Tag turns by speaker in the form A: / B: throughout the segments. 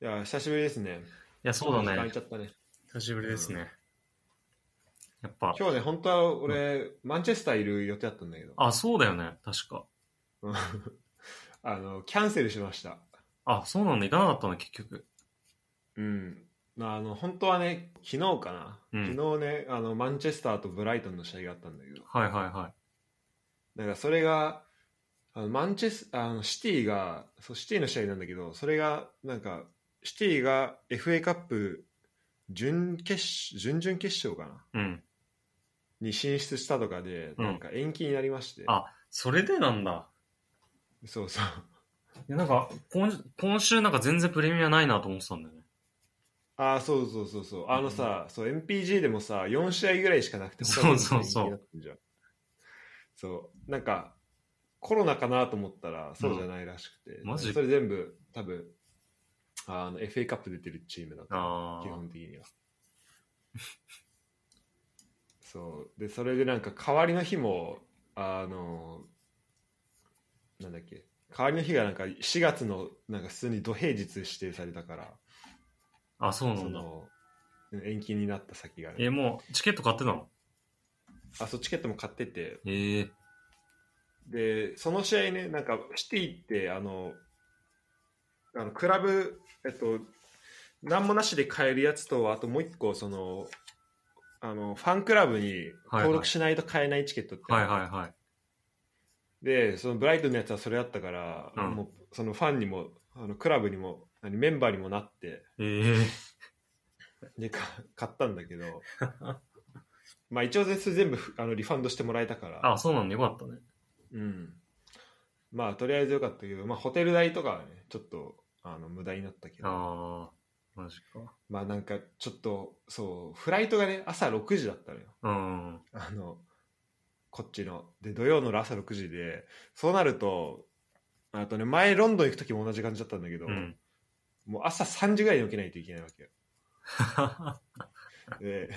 A: いや、久しぶりですね。
B: や、そう
A: 時間
B: だ
A: 空い
B: ね
A: ち。ゃったね。
B: 久しぶりですね。やっぱ、
A: 今日ね、本当は俺、マンチェスターいる予定だったんだけど、
B: あ、そうだよね。確か。
A: うんあの、キャンセルしました。
B: あ、そうなんだ。行かなかったの、結局。
A: うん。あの、本当はね、昨日かな。
B: うん
A: 昨日ね、あの、マンチェスターとブライトンの試合があったんだけど、
B: はいはいはい。
A: なんかそれが、あのマンチェスあのシティがそう、シティの試合なんだけど、それが、なんか、シティが FA カップ準決勝、準々決勝かな。
B: うん。
A: に進出したとかで、
B: うん
A: なんか延期になりまして。
B: あそれでなんだ。
A: そうそう。
B: いやなんか今、今週なんか全然プレミアないなと思ってたんだよね。
A: ああ、そうそうそうそう。あのさ、そう、MPG でもさ、4試合ぐらいしかなくて、
B: そうそ
A: 他の
B: うそう
A: 試合になってんじゃんそう、なんか、コロナかなと思ったら、そうじゃないらしくて、
B: マジ
A: それ全部、多分あの FA カップ出てるチームだった、
B: あ
A: 基本的には。 そう、で、それでなんか、代わりの日も、あの、なんだっけ、代わりの日がなんか、4月の、なんか、普通に土平日指定されたから。
B: あ。あ、そうな
A: そ
B: んだ。
A: の延期になった先がね、
B: え、もう、チケット買ってたの
A: あそうチケットも買ってて
B: ええ
A: でその試合ねなんかシティってあのあのクラブえっと何もなしで買えるやつとあともう一個そのあのファンクラブに登録しないと買えないチケットって、
B: はいはいはい。
A: でそのブライトンのやつはそれだったから、
B: うん
A: もうそのファンにもあのクラブにも何メンバーにもなって
B: ええ
A: でか買ったんだけ どまあ一応全数全部ふあのリファンドしてもらえたから
B: あ、そうなんだ。よかったね。
A: うん、まあとりあえずよかったけど、まあ、ホテル代とかはねちょっとあの無駄になったけど
B: ああ、マジか。
A: まあなんかちょっとそうフライトがね朝6時だったのよ
B: うん。
A: あのこっちので土曜の朝6時でそうなるとあとね前ロンドン行く時も同じ感じだったんだけど、
B: うん。
A: もう朝3時ぐらいに起きないといけないわけよで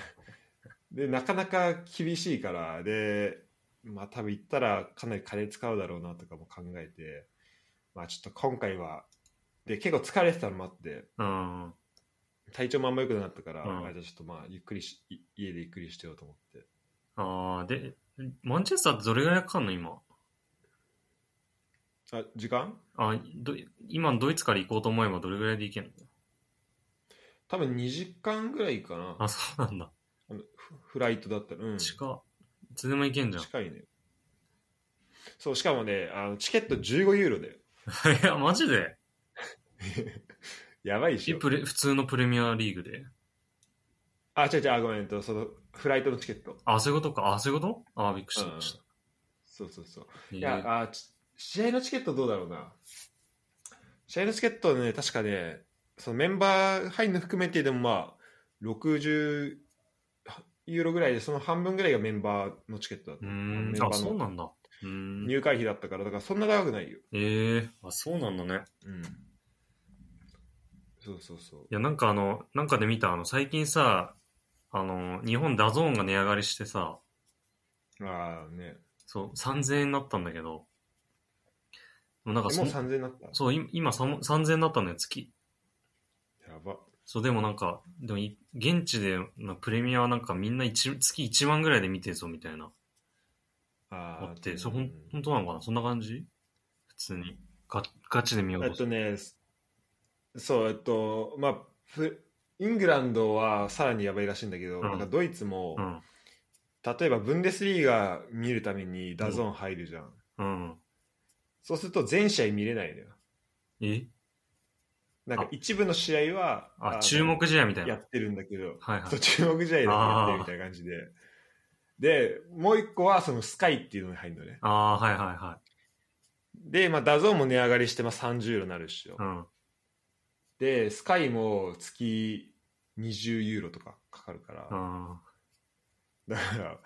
A: でなかなか厳しいからでまあ多分行ったらかなり金使うだろうなとかも考えてまあちょっと今回はで結構疲れてたのもあって
B: うん。
A: 体調もあんま良くなかったから、
B: うん
A: あじゃあちょっとまあゆっくりしい家でゆっくりしてようと思って
B: ああ、で、マンチェスターってどれぐらいかかんの今。
A: あ時間
B: あど今、ドイツから行こうと思えばどれぐらいで行けんの
A: 多分2時間ぐらいかな
B: あ、そうなんだ。
A: あのフフライトだったら、うん、近
B: 近っ。いつでも行けん じゃん。
A: いねそうしかもねあのチケット15ユーロで
B: いや、マジで
A: やばいっし
B: え
A: ょ
B: プレ普通のプレミアリーグで。
A: あ違う違うあごめんえっとそのフライトのチケット
B: あ、そういうことか。あ、そういうことあ、びっくりした。びっくりした
A: そうそうそう
B: えー
A: いやあち試合のチケットどうだろうな試合のチケットね確かねそのメンバー入るの含めてでもまあ60ユーロぐらいでその半分ぐらいがメンバーのチケットだっ
B: う
A: た
B: ー
A: メン
B: ん。
A: バ
B: あ、そ
A: ー
B: う
A: の
B: なんだ。うーん。
A: 入会費だったからだからそんな高くないよ、
B: ええあ、そうなんだね。
A: うん、そうそうそう
B: いや、なんかあの、なんかで見た、あの、最近さ、あの、日本ダゾーンが値上がりしてさ、
A: ああね
B: そう、3000円になったんだけど、なんか
A: え
B: そ
A: もう、3000円になった
B: そう、い今さん3000円だったのよ、月。
A: やば
B: そう、でもなんか、でもい、現地でのプレミアはなんかみんな一月1万ぐらいで見てるぞ、みたいな。あ
A: あ
B: っ
A: ー
B: て、そう、ほ、
A: うん
B: 本当なのかなそんな感じ普通に。ガガチで見よ
A: え
B: う
A: っ
B: とす
A: と
B: る。
A: ね、そう、えっと、まあ、フイングランドはさらにやばいらしいんだけど、
B: ん
A: なんかドイツも、
B: うん。
A: 例えばブンデスリーガ見るためにダゾーン入るじゃん。
B: うん。
A: そうすると全試合見れないのよ。
B: え
A: なんか一部の試合は、
B: あ、
A: の
B: 注目試合みたい
A: や
B: な。
A: ってるんだけど、
B: はいは
A: そう
B: い。
A: 注目試合だけやってるみたいな感じで。で、もう一個はそのスカイっていうのに入るのね。
B: ああ、はいはいは
A: で、まあ、ダゾーンも値上がりして、まあ、30ユーロになるっしょ
B: い。う。ん。
A: で、スカイも月20ユーロとかかかるから、
B: うん。
A: だから、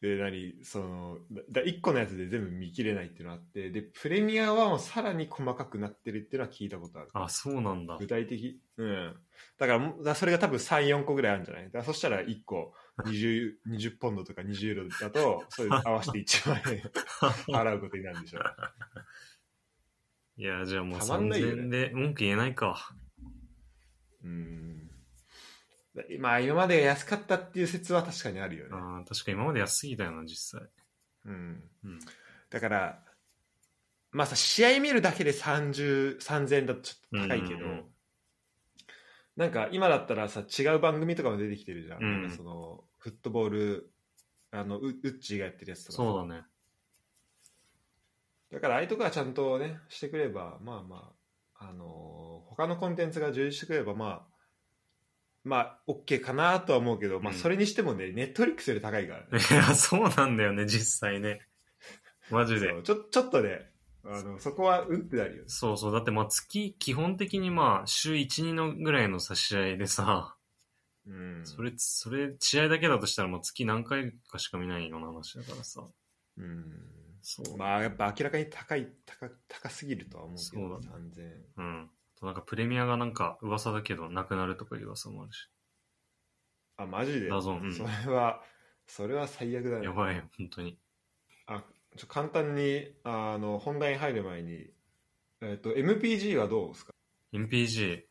A: で、何、その、だ1個のやつで全部見切れないっていうのがあって、で、プレミアはもうさらに細かくなってるっていうのは聞いたことある。
B: あ、そうなんだ。
A: 具体的うん。だからもう、だからそれが多分3、4個ぐらいあるんじゃないだからそしたら1個20、20ポン ドとか20ユーロだと、それ合わせて1万 円払うことになるんでしょう。
B: いや、じゃあもう
A: たまんないよね
B: 3000円で文句言えないか。
A: うんまあ今まで安かったっていう説は確かにあるよね、
B: あー確か今まで安すぎたよな、実際。
A: うん、
B: うん。
A: だからまあさ試合見るだけで30 3000円だとちょっと高いけど、
B: うんうんうん
A: なんか今だったらさ違う番組とかも出てきてるじゃん,、
B: うん
A: なんかそのフットボールあのウウッチーがやってるやつとかさ
B: そうだね。
A: だからああいうとこはちゃんとねしてくればまあまあ、あのー他のコンテンツが充実してくればまあまあ OK かなとは思うけど、まあ
B: うん
A: それにしてもねネットリックスより高いからね
B: いや、そうなんだよね、実際ね。マジで
A: そ。うちょちょっとねあのそこはうんってなるよね
B: そうそう。だって、まあ、月、基本的にまあ、週1、2のぐらいの差し合いでさ、
A: うん
B: それ、それ、試合だけだとしたら、まあ、月何回かしか見ないような話だからさ。
A: うん
B: そう。
A: まあやっぱ明らかに高い高高すぎるとは思うけど
B: そうだ
A: 3000円
B: うん。あとなんか、プレミアがなんか、噂だけど、なくなるとかいう噂もあるし。
A: あマジで
B: だぞうん
A: それはそれは最悪だね
B: やばいよ、本当に。
A: あちょ簡単にあの本題に入る前に、えっと MPG はどうですか、
B: MPG。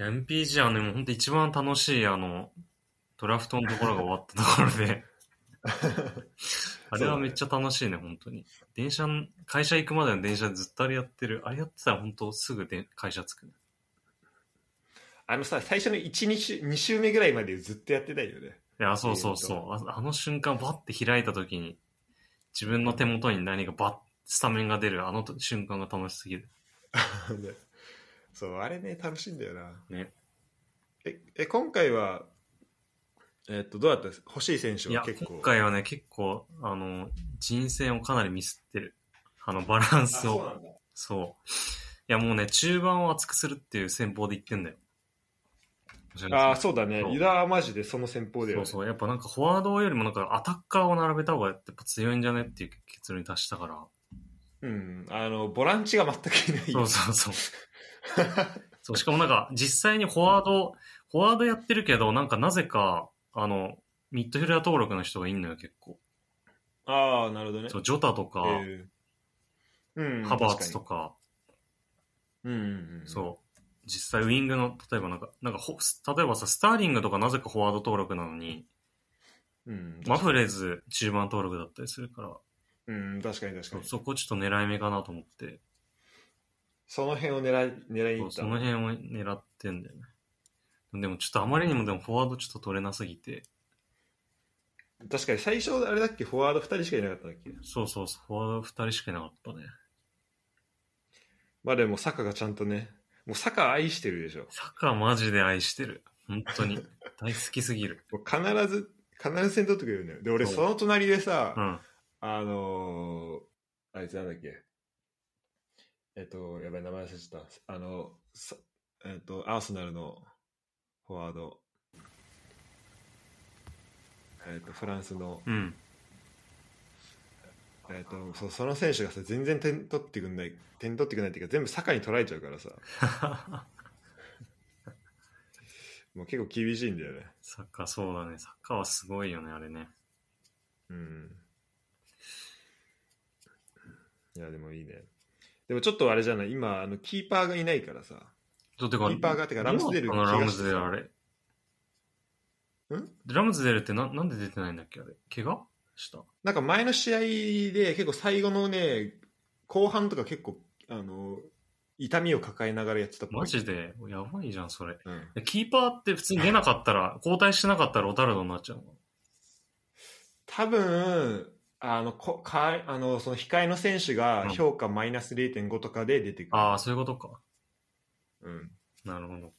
B: MPG はね、もう本当一番楽しい、あの、ドラフトのところが終わったところ で、あれはめっちゃ楽しいね、本当に。電車の、会社行くまでの電車でずっとあれやってる。あれやってたら本当すぐで会社着くね。
A: あのさ最初の12週2週目ぐらいまでずっとやってたよね
B: いや、そうそうそう。ああの瞬間、バッて開いた時に、自分の手元に何かバッ、スタメンが出る、あのと瞬間が楽しすぎる。
A: ねそうあれね楽しいんだよな
B: ね
A: ええ今回はえっとどうだったです欲しい選手
B: い
A: は
B: や、
A: 結構
B: 今回はね、結構、あの、人選をかなりミスってる。あの、バラン
A: あ
B: ス
A: そう
B: を
A: な。んだ
B: そう。いや、もうね、中盤を厚くするっていう戦法で言ってんだよ。
A: ああ、そうだね
B: そ。う
A: ユダはマジでその戦法だよ、
B: そ
A: ね。
B: うそう。やっぱなんかフォワードよりもなんかアタッカーを並べた方がやっぱ強いんじゃねっていう結論に達したから。
A: うん。あの、ボランチが全くいない。
B: そうそうそう。 そう、しかもなんか実際にフォワード、フォワードやってるけど、なんかなぜか、あの、ミッドフィルダー登録の人がいんのよ、結構。
A: ああ、なるほどね。
B: そう、ジョタとか、
A: えーうん。
B: ハバーツと
A: か
B: か、
A: に。うんうん、うん。
B: そう。実際ウイングの、例えばなんか、なんかほ、例えばさ、スターリングとかなぜかフォワード登録なのに、
A: う。うん。
B: マフレーズ中盤登録だったりするから、
A: うん、確かに確かに。そ
B: そこちょっと狙い目かなと思って、
A: の辺を狙い、狙いに行った。
B: その辺を狙ってんだよね。でもちょっとあまりにもでもフォワードちょっと取れなすぎて、
A: 確かに最初、あれだっけ、フォワード2人しかいなかったんだっけ。
B: そうそうそう、フォワード2人しかいなかったね。
A: まあでも、サカがちゃんとね、もうサカ愛してるでしょ。
B: サッカーマジで愛してる。本 当に。大好きすぎる。
A: もう必ず、必ず先取ってくれるんだよ。で、俺、
B: そう
A: その隣でさ、
B: うん。
A: あのー、あいつなんだっけ。えっと、やばい、名前忘れちゃった。あの、さえっと、アーセナルのフォワード。えっと、フランスの、
B: うん。
A: えっと、そその選手がさ、全然点取ってくんない、点取ってくんないっていうか、全部坂に取られちゃうからさ、もう結構厳しいんだよね。
B: サッカーそうだね。サッカーはすごいよね、あれね。
A: うん。いや、でもいいね。でもちょっとあれじゃない、今、あの、キーパーがいないからさ、
B: ちょっと
A: キ
B: て
A: ーパーがてかラムスデール
B: あの
A: 怪
B: ラ
A: 我
B: ム
A: して
B: ズデールあれ。
A: ん
B: ラムズデールってななんで出てないんだっけあれ。怪我した
A: なんか前の試合で結構最後のね後半とか結構あの痛みを抱えながらやってたっぽい
B: マジでやばいじゃん、それ。
A: うん、
B: キーパーって普通に出なかったら、交代してなかったらオタルドになっちゃうの。
A: 多分あのこかあのその控えの選手が評価マイナス0.5とかで出てくる、
B: ああ、そういうことか。
A: うん
B: なるほど。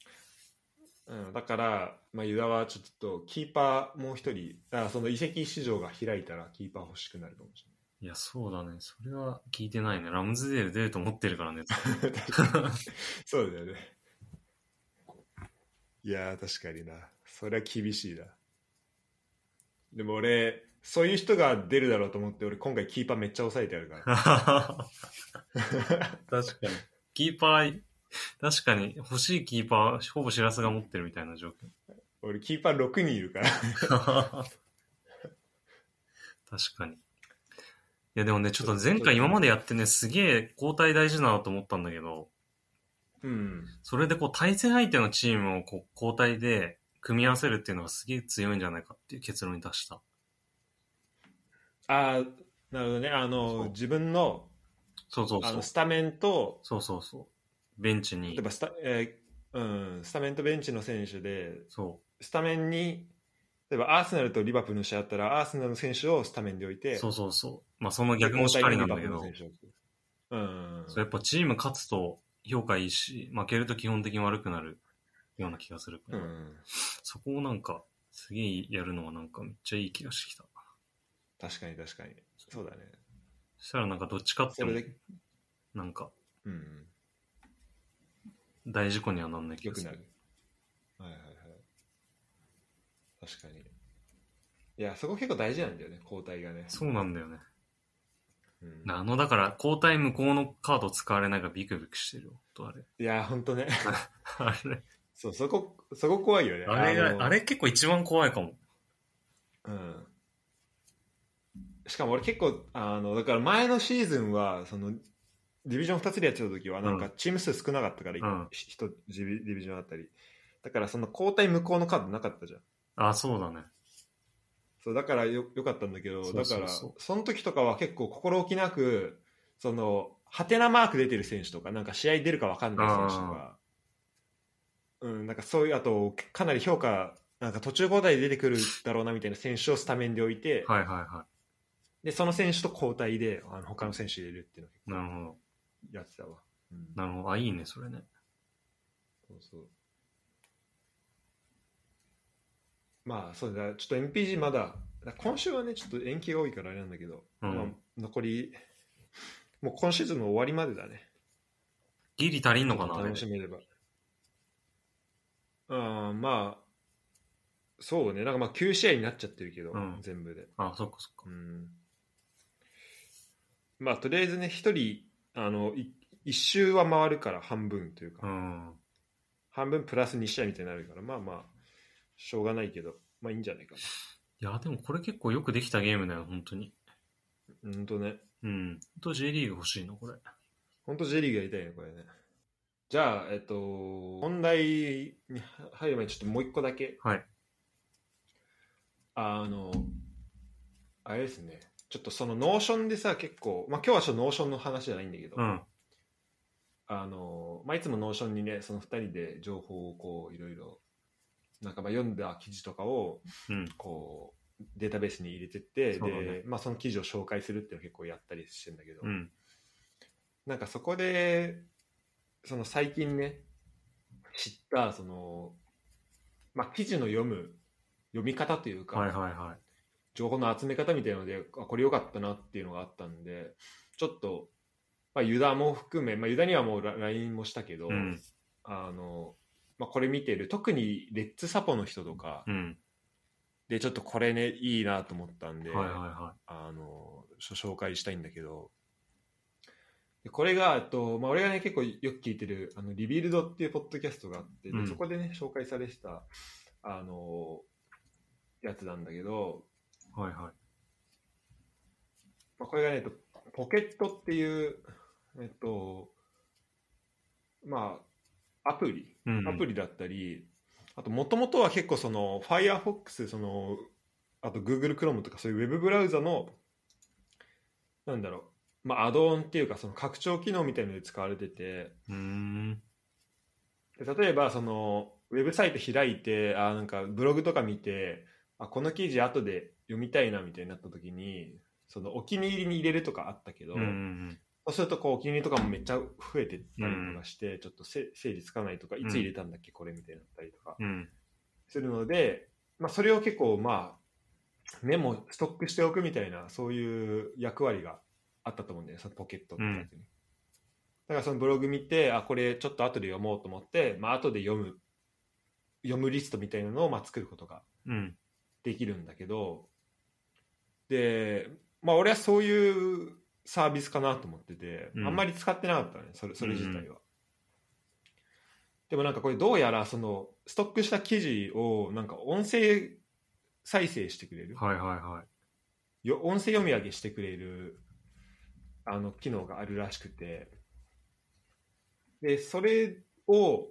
A: うん、だから、まあ、ユダはちょっとキーパーもう一人あその移籍市場が開いたらキーパー欲しくなるかもし
B: いや、そうだね。それは聞いてないね。ラムズデール出ると思ってるからね。
A: れない確かに そうだよねいやー確かになそれは厳しいなでも俺そういう人が出るだろうと思って俺今回キーパーめっちゃ抑えてあ るから
B: 確かに。キーパー、確かに欲しいキーパー、ほぼシラスが持ってるみたいな状況。
A: 俺キーパー6人いるから
B: 確かに。いや、でもね、ちょっと前回今までやってね、すげえ交代大事だなと思ったんだけど、
A: うん。
B: それでこう対戦相手のチームをこう交代で組み合わせるっていうのがすげえ強いんじゃないかっていう結論に達した。
A: ああ、なるほどね。あ
B: そう
A: の、自分の
B: そうそう
A: あ
B: そ
A: の
B: う。
A: スタメンと、
B: そうそうそう。ベンチ
A: 例
B: に
A: え、ばスタ,、えーうん、スタメンとベンチの選手で、
B: そ、
A: スタメンに、例えばアーセナルとリバプールの試合あったら、アーセナルの選手をスタメンで置いうて、
B: そうそうそう。まあその逆もしっかりなんだけど、
A: 交代でリバプールの選手を置くうん。
B: そうやっぱチーム勝つと評価いいし、負けると基本的に悪くなるような気がするか
A: う
B: ら、
A: ん。
B: そこをなんか、すげえやるのはなんかめっちゃいい気がしてきた。
A: 確かに確かに。そうだね。
B: そしたらなんかどっちかって
A: そ
B: も
A: れで、
B: なんか
A: うん。
B: 大事故にはなんない気
A: 良
B: が
A: く
B: す
A: な
B: る
A: る。。はいはいはい。確かに。いや、そこ結構大事なんだよね、交代がね。
B: そうなんだよね。
A: うん
B: あの、だから、交代無効のカード使われないからビクビクしてるよ。とあれ。
A: いや、ほんとね。
B: あれ、
A: そう、そこ、そこ怖いよね。
B: あれ
A: の
B: が、あれ結構一番怖いかも。
A: うん。しかも俺結構、あの、だから前のシーズンは、その、ディビジョン2つでやってた時は、なん
B: う
A: かチーム数少なかったから、
B: うん
A: ひ一ディビディビジョンあったり。だからその交代無効のカードなかったじゃん。
B: あ、そうだね。
A: そう、だからよよかったんだけど、
B: そうそうそう
A: だから、その時とかは結構心置きなく、その、ハテナマーク出てる選手とか、なんか試合出るか分かんない選手とか、うん、なんかそういう、あと、かなり評価、なんか途中交代で出てくるだろうなみたいな選手をスタメンで置いて、
B: はいはいは
A: で、その選手と交代で、あの他の選手入れるっていうの
B: い。なるほど。
A: をやってたわ。うん、
B: なるほど。あ、いいね、それね。
A: そうそう。まあ、そうだ、ちょっと MPG まだ、今週はね、ちょっと延期が多いからあれなんだけど、
B: うん
A: まあ、残り、もう今シーズンの終わりまでだね。
B: ギリ足りんのかなあれ
A: 楽しめれば。あーまあ、そうね、なんかまあ9試合になっちゃってるけど、
B: うん
A: 全部で。
B: あ、そっかそっか。
A: うんまあとりあえずね一人あのい一周は回るから半分というか、
B: うん。
A: 半分プラス2試合みたいになるからまあまあしょうがないけどまあいいんじゃないか
B: いや、でもこれ結構よくできたゲームだよ、本当に。
A: なほんとね
B: うん。本当 J リーグ欲しいの、これ。
A: ほんと J リーグやりたいねこれねじゃあえっと本題に入る前にちょっともう一個だけ
B: はい。
A: あのあれですねちょっとそのノーションでさ結構まあ今日はちょっとノーションの話じゃないんだけど、
B: うん。
A: あのまあ、いつもノーションにねその2人で情報をこういろいろなんかまあ読んだ記事とかを
B: うん。
A: こうデータベースに入れてって
B: そうだね
A: で、まあ、その記事を紹介するっていうのを結構やったりしてんだけど、
B: うん。
A: なんかそこでその最近ね知ったその、まあ、記事の読む読み方というか、
B: はいはいはい。
A: 情報の集め方みたいなのであこれ良かったなっていうのがあったんでちょっと、まあ、ユダも含め、まあ、ユダにはもう LINE もしたけど、
B: うん。
A: あの、まあ、これ見てる特にレッツサポの人とか、
B: うん。
A: でちょっとこれねいいなと思ったんで、
B: はいはいは
A: あのしょ紹介したいんだけどでこれがえっと、まあ、俺がね結構よく聞いてるあのリビルドっていうポッドキャストがあって、で
B: うん
A: そこでね紹介されてたあのやつなんだけど、
B: い。はいはい。
A: まあ、これがねえっとポケットっていうえっとまあアプリ
B: うん。
A: アプリだったり、あともともとは結構その Firefox そのあと Google Chrome とかそういうウェブブラウザのなんだろうまあアドオンっていうかその拡張機能みたいなので使われてて
B: うーん。
A: で例えばそのウェブサイト開いてあなんかブログとか見てあこの記事後で読みたいなみたいになった時にそのお気に入りに入れるとかあったけど、
B: うんうん
A: そうするとこうお気に入りとかもめっちゃ増えてったりとかして、ちょっとせ整理つかないとかいつ入れたんだっけこれみたいになったりとか、
B: うん。うん。
A: するので、まあ、それを結構まあメモストックしておくみたいなそういう役割があったと思うんだよねそのポケットってやつに、だからそのブログ見てあこれちょっと後で読もうと思って、まあ後で読む読むリストみたいなのをまあ作ることが
B: うん。
A: できるんだけどでまあ俺はそういうサービスかなと思ってて、
B: うん
A: あんまり使ってなかったねそれそれ自体は、
B: うん
A: でもなんかこれどうやらそのストックした記事をなんか音声再生してくれる
B: はいはいはい。
A: よ音声読み上げしてくれるあの機能があるらしくてでそれを、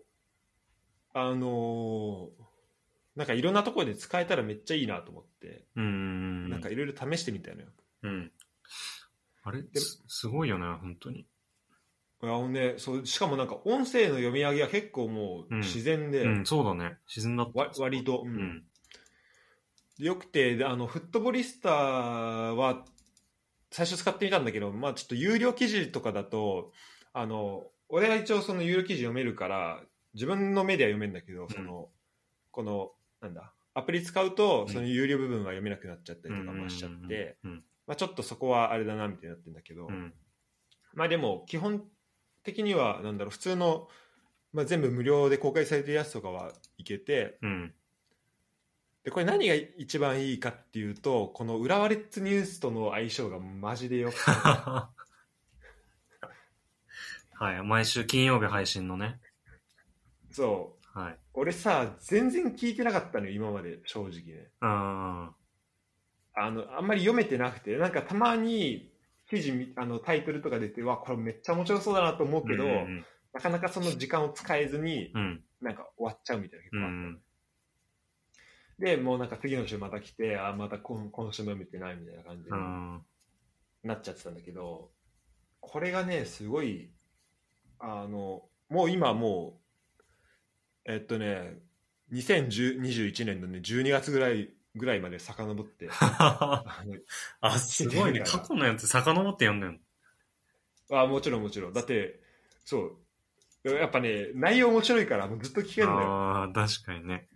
A: あのーなんかいろんなところで使えたらめっちゃいいなと思って、
B: うん。
A: なんかいろいろ試してみたのよ。
B: うん。あれすすごいよね、本当に。
A: いやほんでそうしかもなんか音声の読み上げは結構もう
B: うん
A: 自然で、
B: うん、そうだね。自然だった。
A: わ割と、う
B: うんん。
A: よくてであのフットボリスタは最初使ってみたんだけど、まあ、ちょっと有料記事とかだとあの俺が一応その有料記事読めるから自分の目では読めるんだけど、
B: ん
A: そのこのなんだアプリ使うと
B: うん
A: その有料部分は読めなくなっちゃったりとかもしちゃって、
B: うん。
A: まあ、ちょっとそこはあれだなみたいになってるんだけど、
B: うん。
A: まあでも基本的にはなんだろう普通の、まあ、全部無料で公開されてるやつとかはいけて
B: うん。
A: でこれ何が一番いいかっていうとこの浦和レッズニュースとの相性がマジでよく て
B: はい。毎週金曜日配信のね。
A: そう
B: はい。
A: 俺さ全然聞いてなかったのよ今まで正直ね
B: う
A: あ
B: ん。
A: のあんまり読めてなくてなんかたまに記事みあのタイトルとか出てわこれめっちゃ面白そうだなと思うけど、
B: うん。
A: なかなかその時間を使えずに
B: うん。
A: なんか終わっちゃうみたいな結
B: う
A: 構あったの
B: ん。
A: で、もうなんか次の週また来て、あまた今今週も見てないみたいな感じ
B: う
A: に
B: ん。
A: なっちゃってたんだけど、これがね、すごい、あの、もう今もう、えっとね、2021年のね、12月ぐらい、ぐらいまで遡 って、 あ
B: あ、すごいね。過去のやつ遡って読んでん
A: のあもちろんもちろん。だって、そう、やっぱね、内容面白いから、もうずっと聞けるのよ。
B: の。ああ、確かにね。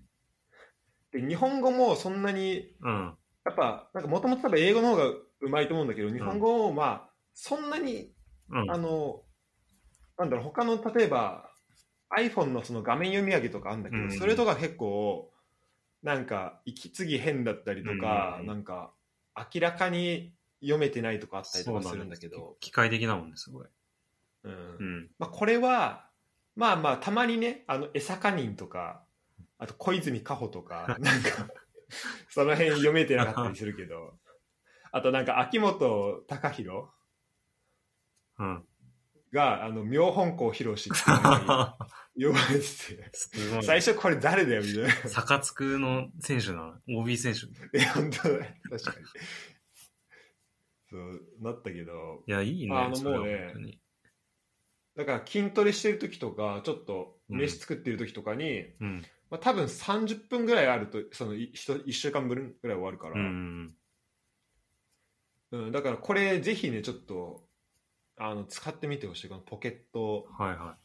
A: で、日本語もそんなに
B: うん。
A: やっぱ、なんかもともと多分英語の方がうまいと思うんだけど、日本語をまあ、そんなに、
B: うん
A: あの、なんだろう、他の、例えば、iPhone のその画面読み上げとかあるんだけど、
B: うん
A: それとか結構、なんか、息継ぎ変だったりとか、
B: うん
A: なんか、明らかに読めてないとかあったり
B: そ
A: と
B: う
A: か
B: だ
A: す
B: ね
A: るんだけど、
B: 機械的だもんね、すごい。
A: うん
B: うん。
A: まあ、これは、まあまあ、たまにね、あの、江坂人とか、あと小泉加穂と か、なんか、その辺読めてなかったりするけど、あとなんか秋元隆弘
B: うん。
A: が、あの、妙本校博士っていうのに呼ばれてて、
B: すごい。
A: 最初これ誰だよ、みたいな。
B: 坂津くの選手なの ?OB 選手。い
A: いや、本当だね。確かに。そう、なったけど、
B: や、いいね。
A: あの
B: それは
A: もうね
B: 本当に
A: だから筋トレしてる時とか、ちょっと飯作ってる時とかに、
B: うん。
A: まあ、多分30分ぐらいあるとそのいひと1週間分ぐらい終わるから、
B: うん。
A: うんだからこれぜひねちょっとあの使ってみてほしいこのポケット
B: はいは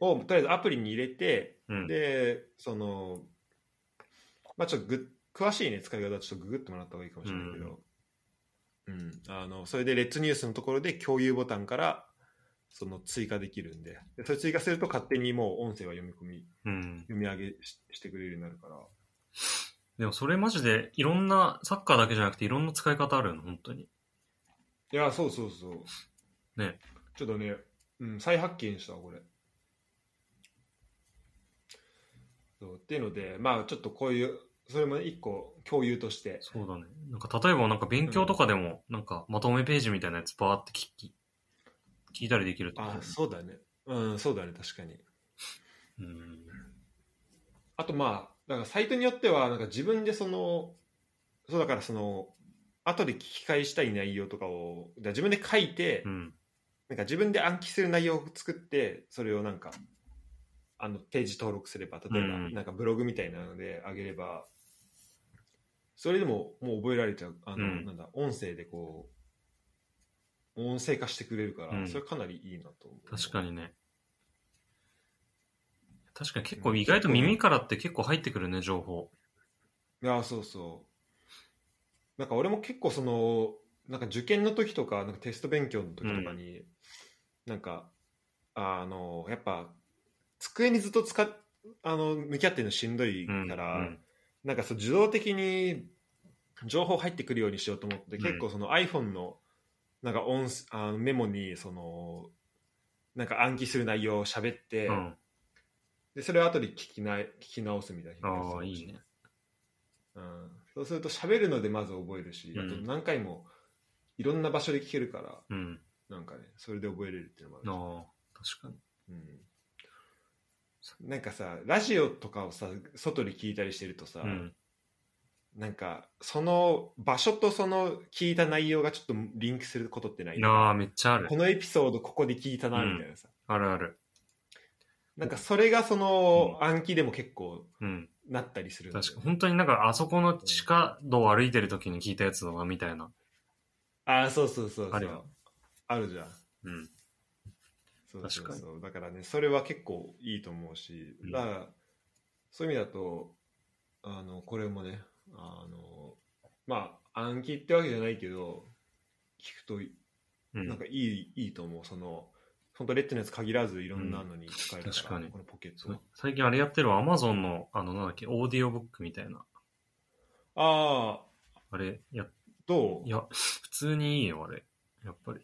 A: をとりあえずアプリに入れて
B: い。うん。
A: でそのまあちょっとぐ詳しいね使い方はちょっとググってもらった方がいいかもしれないけど、うんあのそれでレッツニュースのところで共有ボタンからその追加できるんででそれ追加すると勝手にもう音声は読み込み
B: うん。
A: 読み上げししてくれるようになるから
B: でもそれマジで、いろんな、サッカーだけじゃなくていろんな使い方あるよね、本当に。
A: いや、そうそうそう。
B: ね。
A: ちょっとね、うん、再発見したわ、これ。そうっていうので、まあ、ちょっとこういう、それも一個共有として。
B: そうだね。なんか例えばなんか勉強とかでも、なんかまとめページみたいなやつバーって聞き、聞いたりできるとか
A: あ、そうだね。うん、そうだね、確かに。
B: うん。
A: あと、まあ、なんかサイトによっては、なんか自分でその、そうだからその、後で聞き返したい内容とかを、だから自分で書いて、
B: うん。
A: なんか自分で暗記する内容を作って、それをなんか、あのページ登録すれば、例えば、
B: うん
A: なんかブログみたいなのであげれば、それでももう覚えられちゃう、あの、
B: うん
A: なんだ、音声でこう、音声化してくれるから、
B: うん
A: それかなりいいなと思う。
B: 確かにね。確かに結構意外と耳からって結構入ってくるね、情報。
A: いや、そうそう。なんか俺も結構その、なんか受験の時とか、なんかテスト勉強の時とかに、なんか、あの、やっぱ、机にずっと使っ、あの、向き合ってるのしんどい
B: うん。
A: から、
B: うん
A: なんかそう自動的に情報入ってくるようにしようと思って、
B: うん
A: 結構その iPhone のなんか音声あのメモにそのなんか暗記する内容を喋って、
B: うん。
A: でそれを後で聞きな聞き直すみたいな
B: ああ、いいね。
A: うん、そうすると喋るのでまず覚えるし、
B: うん
A: あと何回もいろんな場所で聞けるから
B: うん。
A: なんかねそれで覚えれるっていうのもあるし
B: ああ、確か
A: う
B: に。
A: ん、なんかさラジオとかをさ外で聞いたりしてるとさ、
B: うん。
A: なんかその場所とその聞いた内容がちょっとリンクすることってない
B: なあ、めっちゃある
A: こ。のエピソードここで聞いたなみたいなさ、
B: あるある。
A: なんかそれがその暗記でも結構
B: うん。
A: なったりするんだよね
B: 確か本当になんかあそこの地下道を歩いてる時に聞いたやつだなみたいな。
A: ああそうそうそうそう
B: あるよ
A: あるじゃん
B: うん。
A: そうそう
B: 確
A: そうだからねそれは結構いいと思うし、
B: うん
A: だからそういう意味だとあのこれもねあのまあ暗記ってわけじゃないけど聞くと
B: うん、
A: なんかいい,、いいと思うその本当レッドのやつ限らずいろんなのに使えるから、
B: うん確かに
A: このポケッ
B: そ
A: ト
B: う最近あれやってるわ、アマゾンの、あの、なんだっけ、オーディオブックみたいな。
A: ああ
B: あれ、や、
A: どう
B: いや、普通にいいよ、あれ。やっぱり。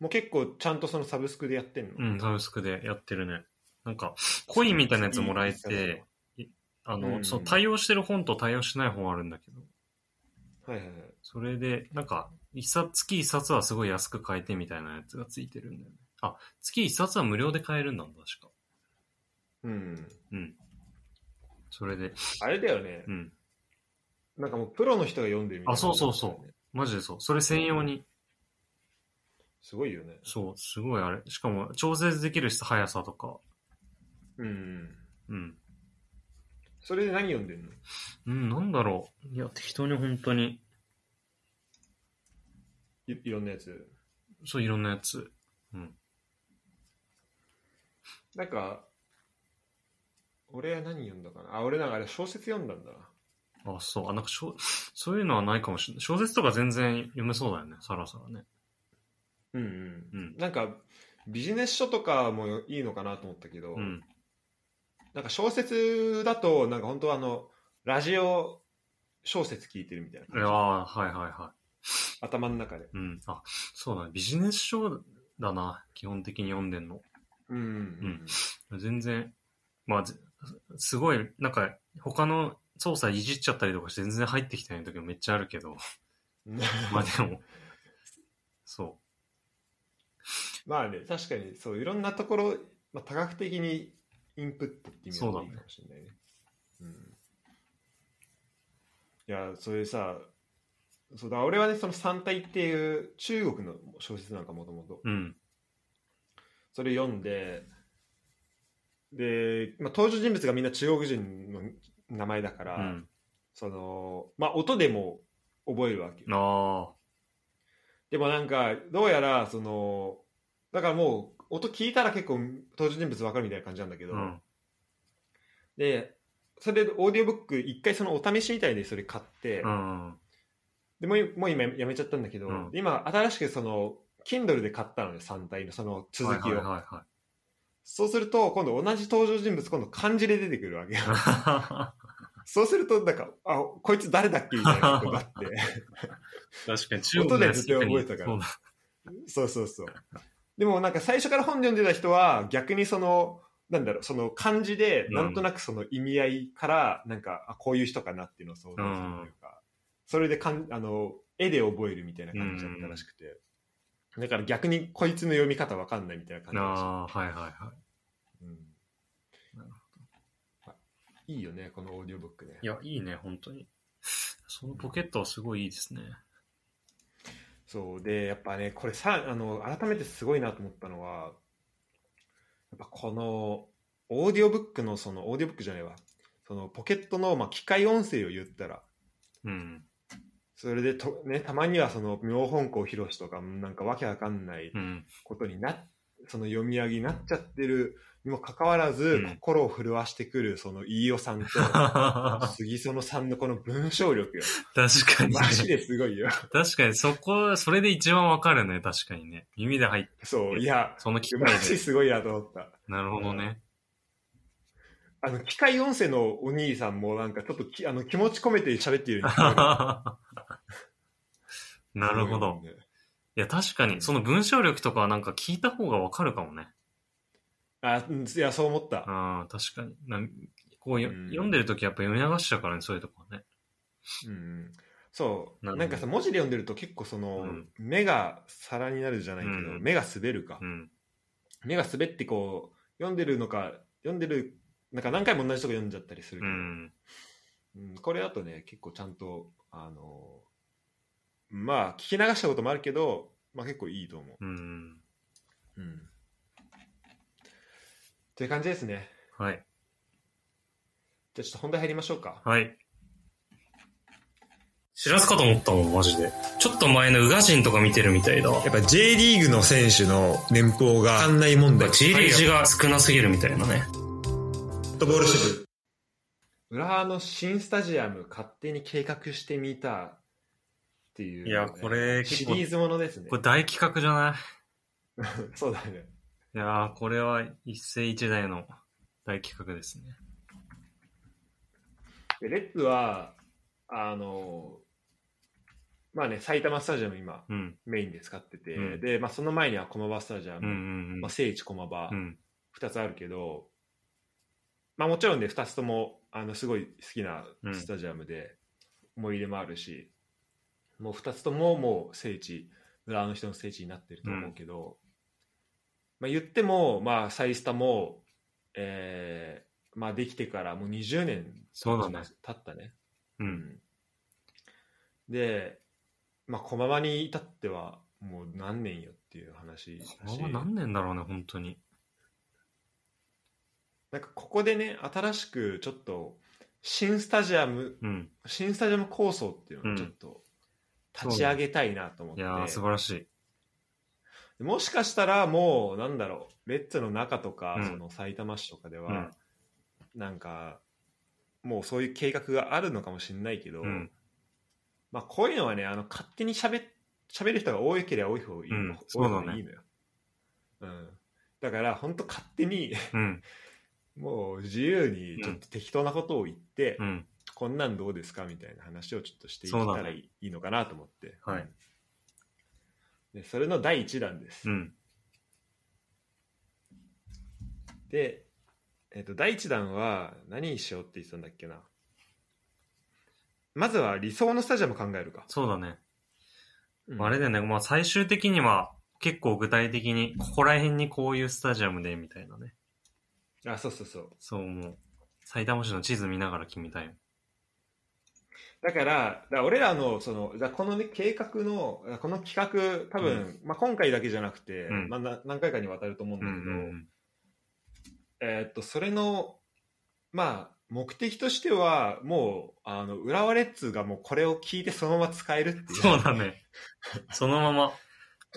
A: もう結構ちゃんとそのサブスクでやってんの、
B: うん、サブスクでやってるね。なんか、コインみたいなやつもらえて、あの、
A: うん
B: そう、対応してる本と対応しない本あるんだけど、
A: はいはいはい
B: それで、なんか、一冊、月一冊はすごい安く買えてみたいなやつがついてるんだよね。あ、月一冊は無料で買えるんだ、確か。
A: うん
B: うん。それで、
A: あれだよね、
B: うん。
A: なんかもうプロの人が読んでるみたいな、
B: あそうそうそうマジでそう。それ専用に、
A: すごいよね
B: そう、すごいあれ。しかも、調節できるし速さとか。
A: うん
B: うん。
A: それで何読んでんの
B: うん、なんだろう。いや、適当に本当に、
A: いいろんなやつ
B: そう、いろんなやつ。うん。
A: なんか俺は何読んだかなあ俺なんかあれ小説読んだんだな
B: あ、そう。あ、なんかしょ、そういうのはないかもしれない。小説とか全然読めそうだよね、さらさらね。
A: うん
B: う
A: うんんなんかビジネス書とかもいいのかなと思ったけど、
B: うん。
A: なんか小説だとなんか本当はあのラジオ小説聞いてるみたいない
B: やー、はいはいは
A: 頭の中で
B: い。うん。あ、そうだね。ビジネス書だな、基本的に読んでんの。
A: うんうん
B: 全然、まあ、ぜすごい、なんか、他の操作いじっちゃったりとかして全然入ってきてない時もめっちゃあるけ ど、
A: うん、
B: まあでも、そ
A: まあね確かにそういろんなところ、まあ、多角的にインプットって意味
B: そうだ
A: もい
B: ね
A: いかもしれないねうん、いやそういうさそうだ俺はねその「三体」っていう中国の小説なんかもともと
B: う。うん。
A: それ読んでで、まあ、登場人物がみんな中国人の名前だか
B: う
A: ら、
B: ん。
A: そのまあ音でも覚えるわけよ
B: あ
A: でもなんかどうやらそのだからもう音聞いたら結構登場人物わかるみたいな感じなんだけ
B: あ。
A: ど、
B: うん。
A: でそれでオーディオブック一回そのお試しみたいでそれ買って、
B: うん。
A: でもうもう今やめちゃったんだけど、
B: うん
A: 今新しくその Kindle で買ったのよ3体のその続きを、
B: はいはいは
A: そうすると今度同じ登場人物今度漢字で出てくるわけよ
B: いは
A: そうするとなんかあこいつ誰だっけみたいなことがあって
B: い。確かに中国
A: 音
B: の
A: で
B: やつ
A: ずっと覚えたから
B: そうだ
A: そうそうそう。でもなんか最初から本読んでた人は逆にその、なんだろう、その漢字で
B: うん
A: なんとなくその意味合いから、なんか、あ、こういう人かなっていうのを想像するというか、それでかん、あの、絵で覚えるみたいな感じだったらしくて、だから逆にこいつの読み方わかんないみたいな感じだし、
B: ああ、はいはいはい
A: うん
B: なる
A: あいいよね、このオーディオブックね
B: い。い。や、いいね、本当に。そのポケットはすごいいいですね。
A: そうでやっぱねこれさあの改めてすごいなと思ったのはやっぱこのオーディオブックのそのオーディオブックじゃないわそのポケットの、まあ、機械音声を言ったら
B: うん。
A: それでと、ね、たまにはその妙本校ひろしとかなんかわけわかんない
B: うん。
A: ことになっその読み上げになっちゃってるにもかかわらず、
B: うん
A: 心を震わしてくるその飯尾 さんと
B: 確
A: 杉園さんのこの文章力よ
B: かに、
A: マジ
B: ね。
A: ですごいよ
B: 確かに、そこ、それで一番わかるね、確かにね。耳で入って、
A: そういや
B: その機
A: マ
B: 械
A: ジ
B: で。
A: すごいなと思った
B: なるほどね。
A: あの、機械音声のお兄さんもなんかちょっときあの気持ち込めて喋っているように聞 こえる
B: な るほど。。いや、確かに、その文章力とかはなんか聞いた方がわかるかもね。
A: あ、うんいや、そう思った。
B: ああ、確かに。なこうよ、
A: うん
B: 読んでるときやっぱ読み流しちゃうからね、そういうとこはね。
A: うんうん。そう。
B: なるほど
A: なんかさ、文字で読んでると結構その、
B: うん
A: 目が皿になるじゃないけど、
B: うん
A: 目が滑るか
B: う。ん。
A: 目が滑ってこう、読んでるのか、読んでるなんか何回も同じとこ読んじゃったりする
B: う
A: けど、
B: ん。
A: うんこれだとね結構ちゃんとあのまあ聞き流したこともあるけど、まあ、結構いいと思
B: うん。
A: う、うん、という感じですね
B: はい。
A: じゃあちょっと本題入りましょうか
B: はい。知らずかと思ったもん、マジで。ちょっと前の宇賀神とか見てるみたいだわ。
C: やっぱ J リーグの選手の年俸が館内問題。
B: G リージが少なすぎるみたいなね。
C: フットボール支部。
A: 浦和の新スタジアム勝手に計画してみたっていう、
B: いやこれ
A: シリーズものですね
B: これ大企画じゃない
A: そうだね
B: いやー、これは一世一代の大企画ですね。
A: でレッズはあのまあね埼玉スタジアム今
B: うん。
A: メインで使ってて、
B: うん
A: で、まあ、その前には駒場スタジア
B: う
A: ム、
B: んうん
A: まあ、聖地駒場、
B: うん。うん。
A: 2つあるけど、まあ、もちろんね2つともあのすごい好きなスタジアムで思い入れもあるし、もう2つとももう聖地浦和の人の聖地になってると思うけど、まあ、言っても、まあ、サイスタも、えーまあ、できてからもう20年
B: そうだね
A: 経ったね。
B: う。
A: うんんで、まあ、駒場に至ってはもう何年よっていう話だし
B: これは何年だろうね、本当に。
A: なんかここでね新しくちょっと新スタジアム
B: うん。
A: 新スタジアム構想っていうの
B: う
A: を
B: ん
A: ちょっと立ち上げたいなと思っ
B: い
A: て、
B: やー、素晴らしい。
A: もしかしたらもうなんだろうレッツの中とか、
B: うん
A: その埼玉市とかでは、なんかもうそういう計画があるのかもしれないけど、
B: うん。
A: まあ、こういうのはねあの勝手にしゃべる人が多いければ多い方がいい,、
B: うん
A: 多い
B: そう
A: 方
B: だ
A: が
B: ね
A: いいのよ、うん、だから本当勝手に
B: うん。
A: もう自由にちょっと適当なことを言って、
B: うん。
A: こんなんどうですかみたいな話をちょっとしていけ
B: そう
A: た
B: だ
A: ら
B: ね
A: いい,、のかなと思って、
B: はい
A: でそれの第1弾です、
B: うん。
A: で、えっと第1弾は何にしようって言ってたんだっけなまずは理想のスタジアム考えるか、
B: そうだね。
A: うん
B: あれだよね、まあ最終的には結構具体的に、ここら辺にこういうスタジアムで、みたいなね。
A: あそうそうそう
B: そう思う。埼玉市の地図見ながら決めたいよ。
A: だからだから俺らのそのじゃあこの、ね、計画のこの企画多分、まあ、今回だけじゃなくて、
B: うん
A: まあ、な何回かにわたると思うん
B: う
A: だ
B: ん
A: け
B: う
A: ど、
B: ん
A: えーっとそれのまあ目的としてはもうあの浦和レッズがもうこれを聞いてそのまま使えるって
B: うん。
A: いう
B: そうだね。そのまま、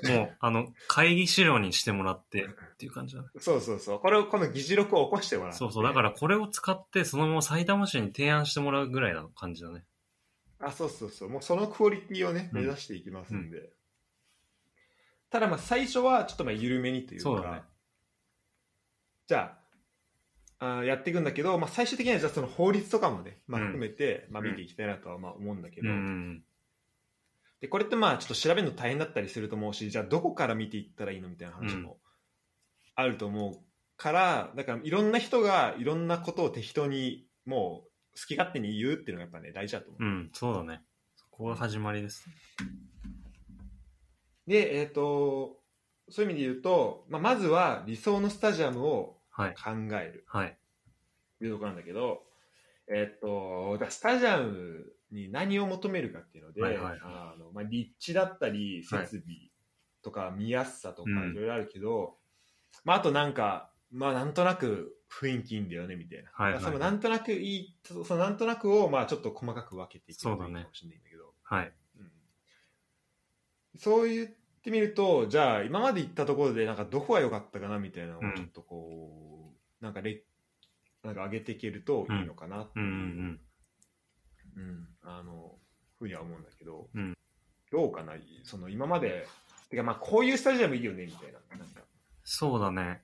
B: もう、あの、会議資料にしてもらってっていう感じだね。
A: そうそうそうこれをこの議事録を起こしてもらって
B: そうそう。だからこれを使って、そのまま埼玉市に提案してもらうぐらいの感じだね。
A: あそうそうそうもうそのクオリティをね
B: うん
A: 目指していきますんで、ただまあ最初はちょっとまあ緩めにというか
B: そうだね
A: じゃああーやっていくんだけど、まあ、最終的にはじゃあその法律とかもね、まあ、
B: うん
A: 含めて、まあ、見ていきたいなとはまあ思うんだけ
B: うん
A: ど、
B: うん。
A: でこれってまあちょっと調べるの大変だったりすると思うしじゃあどこから見ていったらいいのみたいな話もあると思うから、だからいろんな人がいろんなことを適当にもう好き勝手に言うっていうのがやっぱね大事だと思う。
B: うん、そうだね。そこが始まりです。
A: でえっ、とそういう意味で言うと、まあ、まずは理想のスタジアムを
B: はい。
A: 考える
B: はい。
A: というところなんだけど、えっ、とだからスタジアムに何を求めるかっていうので、
B: はいはいはい
A: あのまあ、立地だったり設備とか見やすさとか
B: う
A: い
B: ん
A: ろいろあるけど、まあ、あとなんか、まあ、なんとなく雰囲気いいんだよねみたいな、
B: はいはい
A: まあそのなんとなくいいそそのなんとなくをまあちょっと細かく分けていけばいい
B: そう
A: か
B: だね
A: もしれないんだけど
B: はい。
A: うんそう言ってみるとじゃあ今まで行ったところでなんかどこが良かったかなみたいなのを
B: うん
A: ちょっとこう、なんかれなんか上げていけるといいのかなって
B: う
A: いう、
B: んうんうん。
A: うんあのふうには思うんだけど、
B: うん
A: どうかなその今までてかまあこういうスタジアムいいよねみたいななんか
B: そうだね。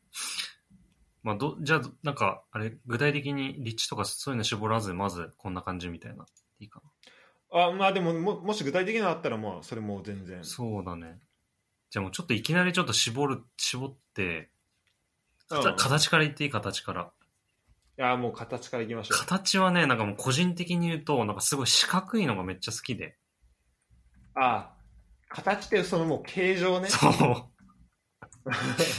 B: まあ、ど、じゃあ、なんか、あれ、具体的に立地とかそういうの絞らず、まずこんな感じみたいな。いいか
A: あまあでもももし具体的なのあったらまあそれも全然
B: な。そうだね。じゃあもうちょっといきなりちょっと絞る、絞って、かた
A: うん
B: 形から言っていい形から。
A: いやもう形からいきましょう
B: 形はね、なんかもう個人的に言うと、なんかすごい四角いのがめっちゃ好きで。
A: あ形ってそのもう形状ね
B: そう。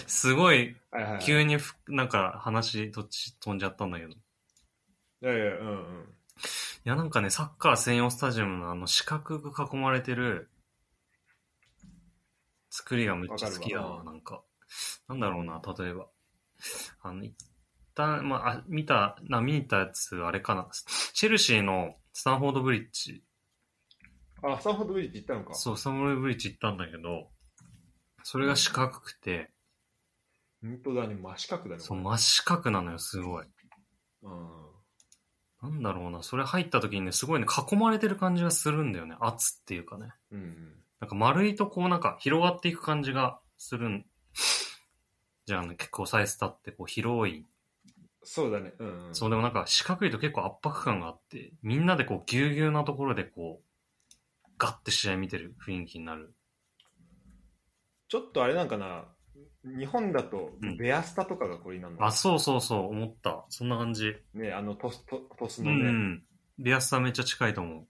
B: すごい、
A: はいはいはい、
B: 急にふ、なんか話、どっち飛んじゃったんだけど。い
A: いやいや、うんうん。
B: や、なんかね、サッカー専用スタジアムのあの四角く囲まれてる作りがめっちゃ好きだ
A: わかるわ
B: わ、なんか。なんだろうな、例えば。あの、一旦、まああ、見た、な、見に行ったやつ、あれかな。チェルシーのスタンフォードブリッジ。
A: あ、サンフォードブリッジ行ったのか。
B: そう、スタンフォードブリッジ行ったんだけど、それが四角くて、
A: 本当だね、真四角だね。
B: そう、
A: こ
B: 真四角なのよ、すごい。
A: れうん。
B: なんだろうな、それ入った時にね、すごいね、囲まれてる感じがするんだよね。圧っていうかね。
A: うんうん。
B: なんか丸いとこう、なんか広がっていく感じがするん。じゃあ、ね、結構サイズタってこう広い。
A: そうだね。うん、うん。
B: そう、でもなんか四角いと結構圧迫感があって、みんなでこうぎゅうぎゅうなところでこう、ガッて試合見てる雰囲気になる。
A: ちょっとあれなんかな、日本だと
B: うん
A: ベアスタとかがこれなの、
B: あ、そうそうそう、思った。そんな感じ。
A: ね、あのトストトス
B: う
A: のね、
B: ん。ベアスタめっちゃ近いと思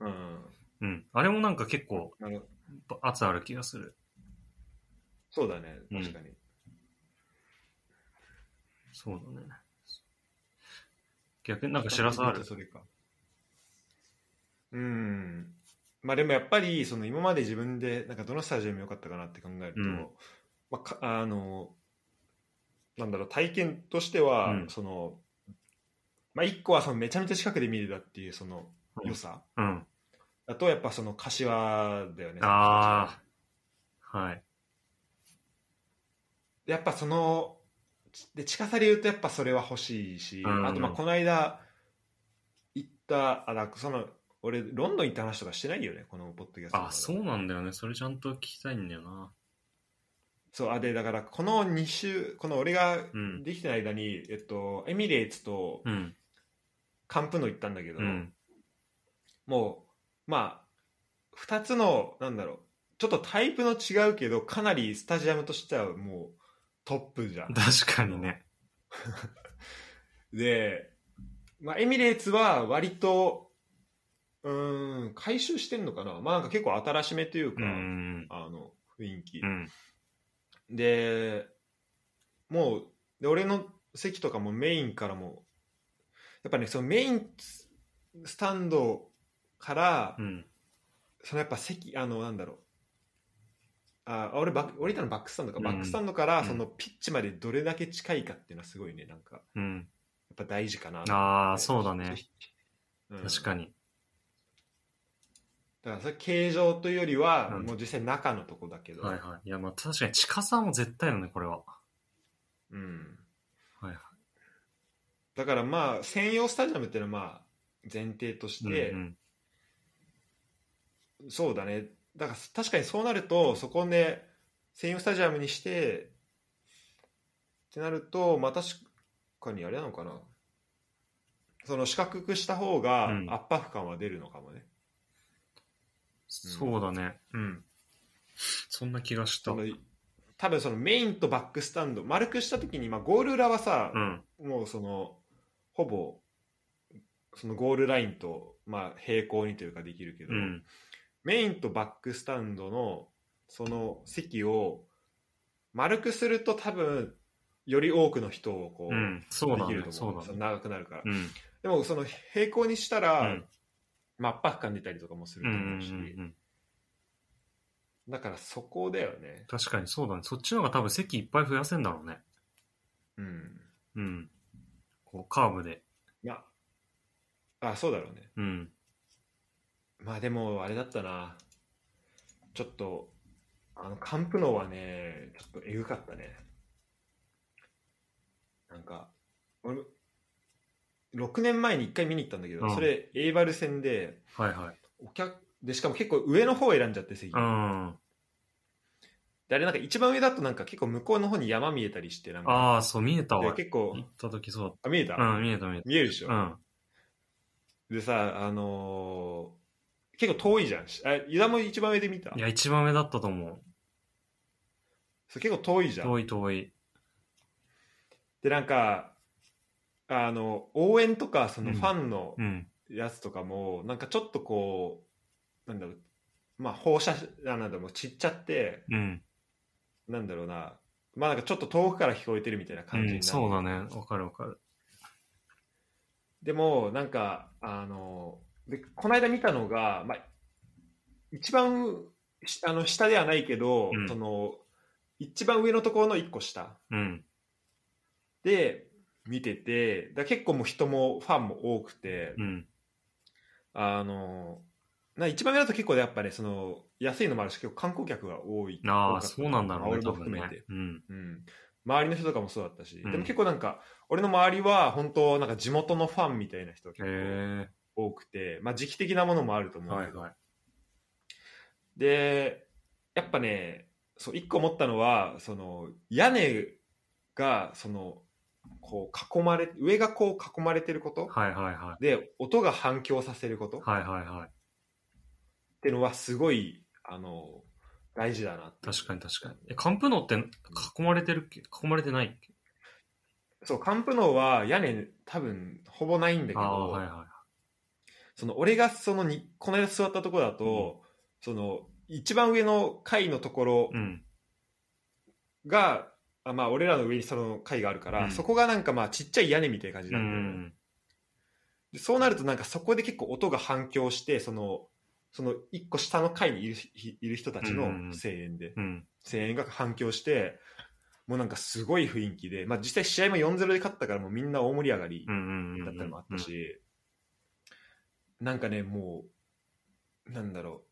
A: うん、うん
B: う。うん。あれもなんか結構
A: あの
B: 圧ある気がする。
A: そうだね、
B: うん
A: 確かに。
B: そうだね。逆になんか知らさある。
A: それか。うん。まあでもやっぱり、その今まで自分で、なんかどのスタジアム良かったかなって考えると、
B: うん
A: まあか、あの、なんだろう、体験としては、
B: うん
A: その、まあ一個はそのめちゃめちゃ近くで見れたっていうその良さ、
B: うん。
A: だとやっぱその柏だよね。
B: ああ。はい。
A: やっぱそので近さで言うとやっぱそれは欲しいし、
B: うん
A: あとまあこの間行ったあだその俺ロンドン行った話とかしてないよねこのポッドキャストの中
B: あ
A: で
B: そうなんだよね。それちゃんと聞きたいんだよな。
A: そうあでだからこの2週この俺が
B: うん
A: できてない間に、えっと、エミレーツと
B: うん。
A: カンプノ行ったんだけど、
B: うん。
A: もうまあ2つのなんだろうちょっとタイプの違うけどかなりスタジアムとしてはもうトップじゃん
B: 確かにね。
A: で、まあ、エミレーツは割とうーん回収してんのかな,、まあ、なんか結構新しめという
B: う
A: か、
B: ん。
A: あの雰囲気、
B: うん。
A: でもうで俺の席とかもメインからもやっぱねそのメインスタンドから、
B: うん。
A: そのやっぱ席あのなんだろうあ俺バック降りたのバックスタンドか、
B: うん
A: バックスタンドから
B: うん
A: そのピッチまでどれだけ近いかっていうのはすごいねなんかや
B: うん。
A: っぱ大事かなと思って
B: ああ、そうだね。。
A: うん
B: 確かに。
A: だからそれ形状というよりは、
B: うん
A: もう実際中のとこだけど、
B: はいはい。いや、まあ確かに近さも絶対だね、これは。
A: うん、
B: はいはい。
A: だからまあ専用スタジアムっていうのはまあ前提として、
B: うん
A: そうだねだから確かにそうなるとそこで専用スタジアムにしてってなるとまあ確かにあれなのかなその四角くした方が
B: うん
A: 圧迫感は出るのかもね、
B: そうだね。うん。そんな気がした。
A: そうの多分そのメインとバックスタンド丸くした時に、まあ、ゴール裏はさ、
B: ん。
A: もうそのほぼそのゴールラインと、まあ、平行にというかできるけど、
B: うん。
A: メインとバックスタンドのその席を丸くすると多分より多くの人をこう、
B: うん。そうだ
A: でき
B: ね
A: る。と
B: そう
A: 思う
B: だ
A: その
B: ね。
A: 長くなるから、
B: うん。
A: でもその平行にした
B: う
A: ら、
B: ん。
A: まあ圧迫感出たりとかもする
B: うんう
A: と
B: ん
A: 思うし、
B: うんうん。
A: だからそこだよね
B: 確かにそうだね。そっちの方が多分席いっぱい増やせんだろうね。
A: うん
B: うん。こう、カーブで。
A: まああそうだろうね
B: うん。
A: まあでもあれだったなちょっとあのカンプノーはねちょっとえぐかったねなんか俺6年前に1回見に行ったんだけど、
B: うん
A: それエイバル戦で
B: はいはい。
A: お客でしかも結構上の方選んじゃって席、
B: うん。
A: であれなんか一番上だとなんか結構向こうの方に山見えたりしてなんか
B: ああ、そう、見えた
A: で
B: わ。
A: 結構
B: 行った時そう
A: あ見えた、
B: だった。うん、見えた見え
A: 見えるでしょ、
B: た。うん。
A: でさあのー結構遠いじゃんしあユダも一番上で見た
B: いや、一番上だったと思
A: そう結構遠いじ
B: う。
A: ゃん
B: 遠い遠い。
A: でなんかあの応援とかその
B: うん
A: ファンの
B: うん。
A: やつとかも、なんかちょっとこうなんだろうまあ放射あなんだろうもう散っちゃって
B: うん。
A: なんだろうな、まあなんかちょっと遠くから聞こえてるみたいな感じになる、
B: うん、そうだね。わかるわかる。
A: でも、なんか、あの、でこの間見たのが、まあ、一番しあの下ではないけど、
B: うん
A: その、一番上のところの一個下
B: うん。
A: で見てて、だ結構もう人もファンも多くて、
B: うん。
A: あの、な一番上だと結構やっぱね、その、安いのもあるし、結構観光客が多い。
B: あ
A: 多か
B: あ、
A: った
B: そうなんだろうね、
A: 俺
B: 多
A: も
B: 分
A: 含
B: ね
A: めて。。
B: うん。
A: うん。周りの人とかもそうだったし、
B: うん
A: でも結構なんか、俺の周りは本当なんか地元のファンみたいな人が
B: へ
A: 結構
B: え
A: 多くて、まあ時期的なものもあると思う
B: は
A: け
B: い
A: ど、
B: はい。
A: で、やっぱね、そう、一個思ったのは、その、屋根が、その、こう囲まれ、上がこう囲まれてること
B: はいはいはい。
A: で、音が反響させること、
B: はいはいはい。
A: ってのはすごい、あの、大事だなって。
B: 確かに確かに。え、カンプノって囲まれてるっけ囲まれてないっけ
A: そう、カンプノーは屋根多分ほぼないんだけど、
B: ああ、はいはい。
A: その俺がそのに、この間座ったところだと、その、一番上の階のところ
B: うん。
A: が、あまあ俺らの上にその階があるから、
B: うん
A: そこがなんかまあちっちゃい屋根みたいな感じ
B: う
A: なんだよね、
B: ん。
A: でそうなるとなんかそこで結構音が反響して、その、その一個下の階にいるひいる人たち
B: う
A: の
B: ん
A: 声援で、
B: うん。
A: 声援が反響して、もうなんかすごい雰囲気で、まあ、実際試合も4 0で勝ったからもうみんな大盛り上がり
B: うんうんうん。
A: だったのもあったし、なんかね、もう、なんだろ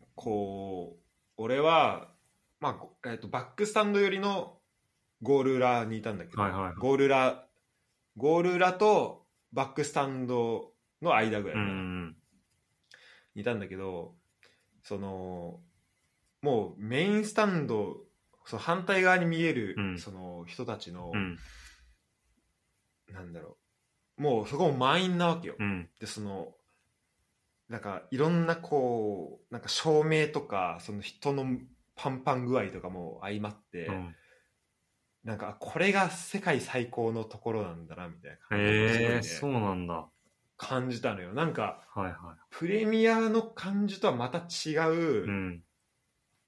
A: う、こう、俺は、まあごえっとバックスタンド寄りのゴール裏にいたんだけど、
B: はいはいはい
A: ゴール裏、ゴール裏とバックスタンドの間ぐらい
B: うん
A: か
B: う
A: な、
B: ん
A: にいたんだけどそのもうメインスタンドその反対側に見える、
B: うん
A: その人たちの
B: うん。う、ん
A: なんだろうもうそこも満員なわけよ、
B: うん。
A: でそのなんかいろんなこうなんか照明とかその人のパンパン具合とかも相まって、
B: うん。
A: なんかあこれが世界最高のところなんだなみたいな感じがすごい
B: へ
A: ね
B: え、そうなんだ。は
A: 感じたのよなんか
B: いは
A: プレミアの感じとはまた違う、
B: い。うん。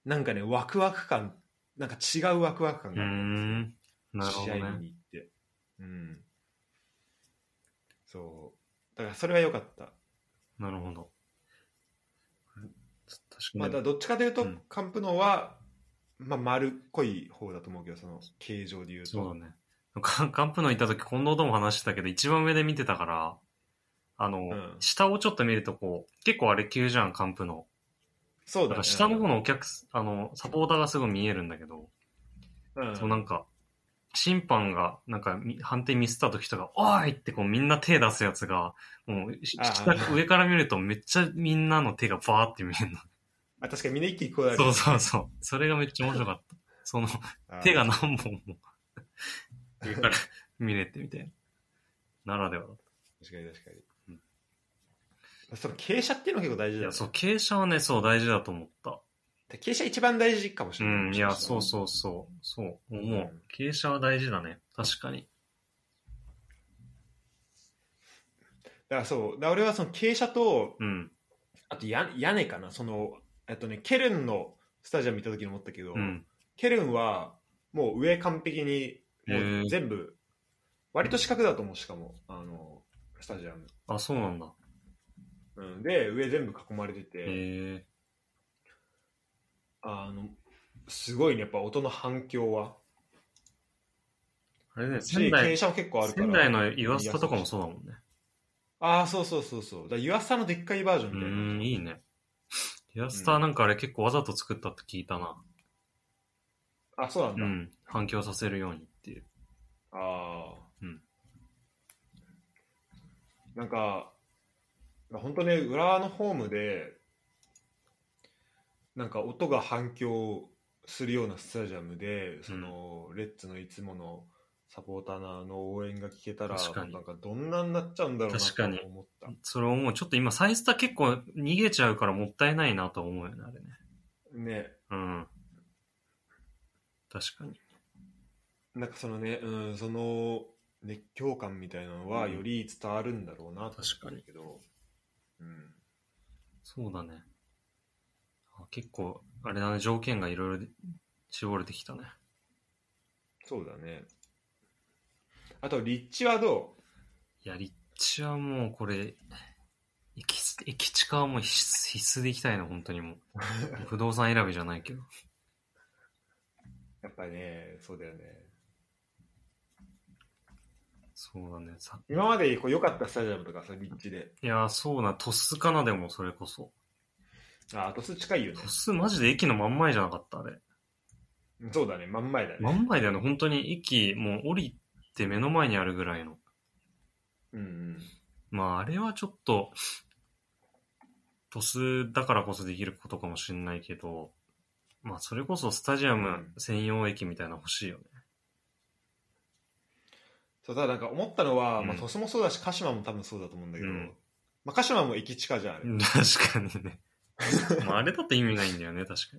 A: なんかね、ワクワク感、なんか違うワクワク感
B: うー
A: があったんで
B: ん。なる
A: す
B: ほ
A: よ
B: ど
A: 試合見
B: ね。
A: に行って。うん。そう。だからそれは良かった。
B: なるほど。確
A: まあ、
B: か
A: だから。
B: に
A: どっちかというと、
B: うん
A: カンプノーは、まあ、丸っこい方だと思うけど、その形状で言うと。
B: そうだね。カ ンカンプノ行った時、近藤とも話してたけど、一番上で見てたから、あの、
A: ん
B: 下をちょっと見るとこう、結構あれ急じゃん、カンプノ。
A: そう
B: だ
A: だ
B: か
A: ね
B: ら下の方のお客す、あの、サポーターがすごい見えるんだけど、
A: うん、
B: そうなんか、審判が、なんか、み判定ミスった時とか、おーいってこうみんな手出すやつが、もう、し
A: あー
B: 下上から見るとめっちゃみんなの手がバーって見え るの。
A: あ確かにみんな一気にこうだ
B: そうそうそう。それがめっちゃ面白かった。その、手が何本も上から見れてみたいな。ならではだっ
A: 確かに確か
B: う
A: に
B: ん。
A: その傾斜っていうのが結構大事
B: た。い
A: だ
B: や、
A: よ、
B: そう、傾斜はね、そう大事だと思った。
A: ね。傾斜一番大事かもし
B: う
A: れない。
B: ん、いや、そう
A: う。
B: そうそう、そう、
A: う。
B: 思うん傾斜は大事だね。確かに。
A: だからそう。だから俺はその傾斜と、
B: うん、
A: あとや屋根かな、その、えっとね、ケルンのスタジアム行った時に思ったけど、
B: うん。
A: ケルンはもう上完璧に、も
B: へー
A: う全部、割と四角だと思う、しかも、あの、スタジアム。
B: あ、そうなんだ。
A: うん、で、上全部囲まれてて、
B: へえ。
A: あの、すごいね、やっぱ音の反響は。
B: あれね、
A: し
B: 仙
A: 傾
B: 台、
A: 斜も結構あるから。
B: 仙台の岩下とかもそうだもんね。
A: ああ、そうそうそうそう。だから湯浅のでっかいバージョン
B: う
A: みたいな。
B: ん、いいね。岩下なんかあれ結構わざと作ったって聞いたな。
A: あ、そうなん
B: う
A: だ。
B: ん。反響させるようにっていう。
A: ああ。
B: うん
A: なんか、本当ね、浦和のホームで、なんか音が反響するようなスタジアムで、その、レッツのいつものサポーターの応援が聞けたら、
B: 確かに
A: なんかどんなになっちゃうんだろうな
B: 確かに
A: と思った。
B: それをもうちょっと今、サイスタ結構逃げちゃうからもったいないなと思うよね、あれね。
A: ね、
B: うん。確かに。
A: なんかそのね、うん、その熱狂感みたいなのはより伝わるんだろうなと思ったんだけど、うん。
B: そうだね。あ結構、あれだね、条件がいろいろ絞れてきたね。
A: そうだね。あと、立地はど
B: いや、立地はもうこれ、駅駅地下はもう必須必須でいきたいな、本当に もう。不動産選びじゃないけど。
A: うやっぱりね、そうだよね。
B: そうだね。さ
A: 今までこう良かったスタジアムとかさ、立地で。
B: いや、そうな、鳥栖かな、でもそれこそ。
A: あ、鳥栖近いよね
B: 鳥。栖マジで駅の真ん前じゃなかった、あれ。
A: そうだね、真ん前だね。
B: 真ん前だよね、本当に駅、もう降りて目の前にあるぐらいの。
A: うんうん。
B: まあ、あれはちょっと、鳥栖だからこそできることかもしれないけど、まあ、それこそスタジアム専用駅みたいなの欲しいよね。
A: そうただなんか思ったのは、
B: うん
A: まあ、鳥栖もそうだし鹿島も多分そうだと思うんだけど、
B: うん
A: まあ、鹿島も駅近じゃんあれ、
B: 確かにね。まあ、あれだって意味ないんだよね、確か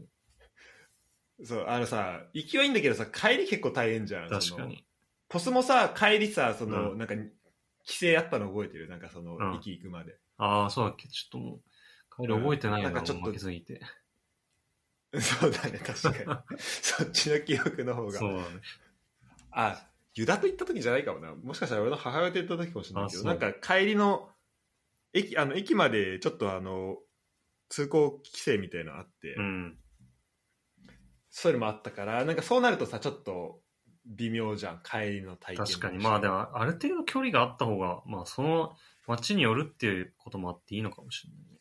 B: に。
A: そうあのさ行きはいいんだけどさ帰り結構大変じゃん
B: 確
A: そ
B: か
A: の
B: に。
A: 鳥栖もさ帰りさその、
B: う
A: なんか規制あったの覚えてるなんかその、
B: うん
A: 駅行くまで
B: ああ、そうだっけ、ちょっともう、帰り覚えてないよ
A: うん
B: な、
A: なんかちょ
B: もう
A: っと
B: 負けすぎて。
A: そうだね確か にそっちの記憶の方
B: そう
A: が
B: だね。
A: あ湯田と行った時じゃないかもなもしかしたら俺の母親と行った時かもしれないけ
B: あ
A: ど
B: そ
A: な
B: うん
A: か帰りの駅あの駅までちょっとあの通行規制みたいなのあって、
B: うん。
A: そういうのもあったから、なんかそうなるとさ、ちょっと微妙じゃん、帰りの体験
B: 確かに。まあ、で
A: も。
B: も、ある程度距離があった方が、まあ、その街によるっていうこともあっていいのかもしれないね。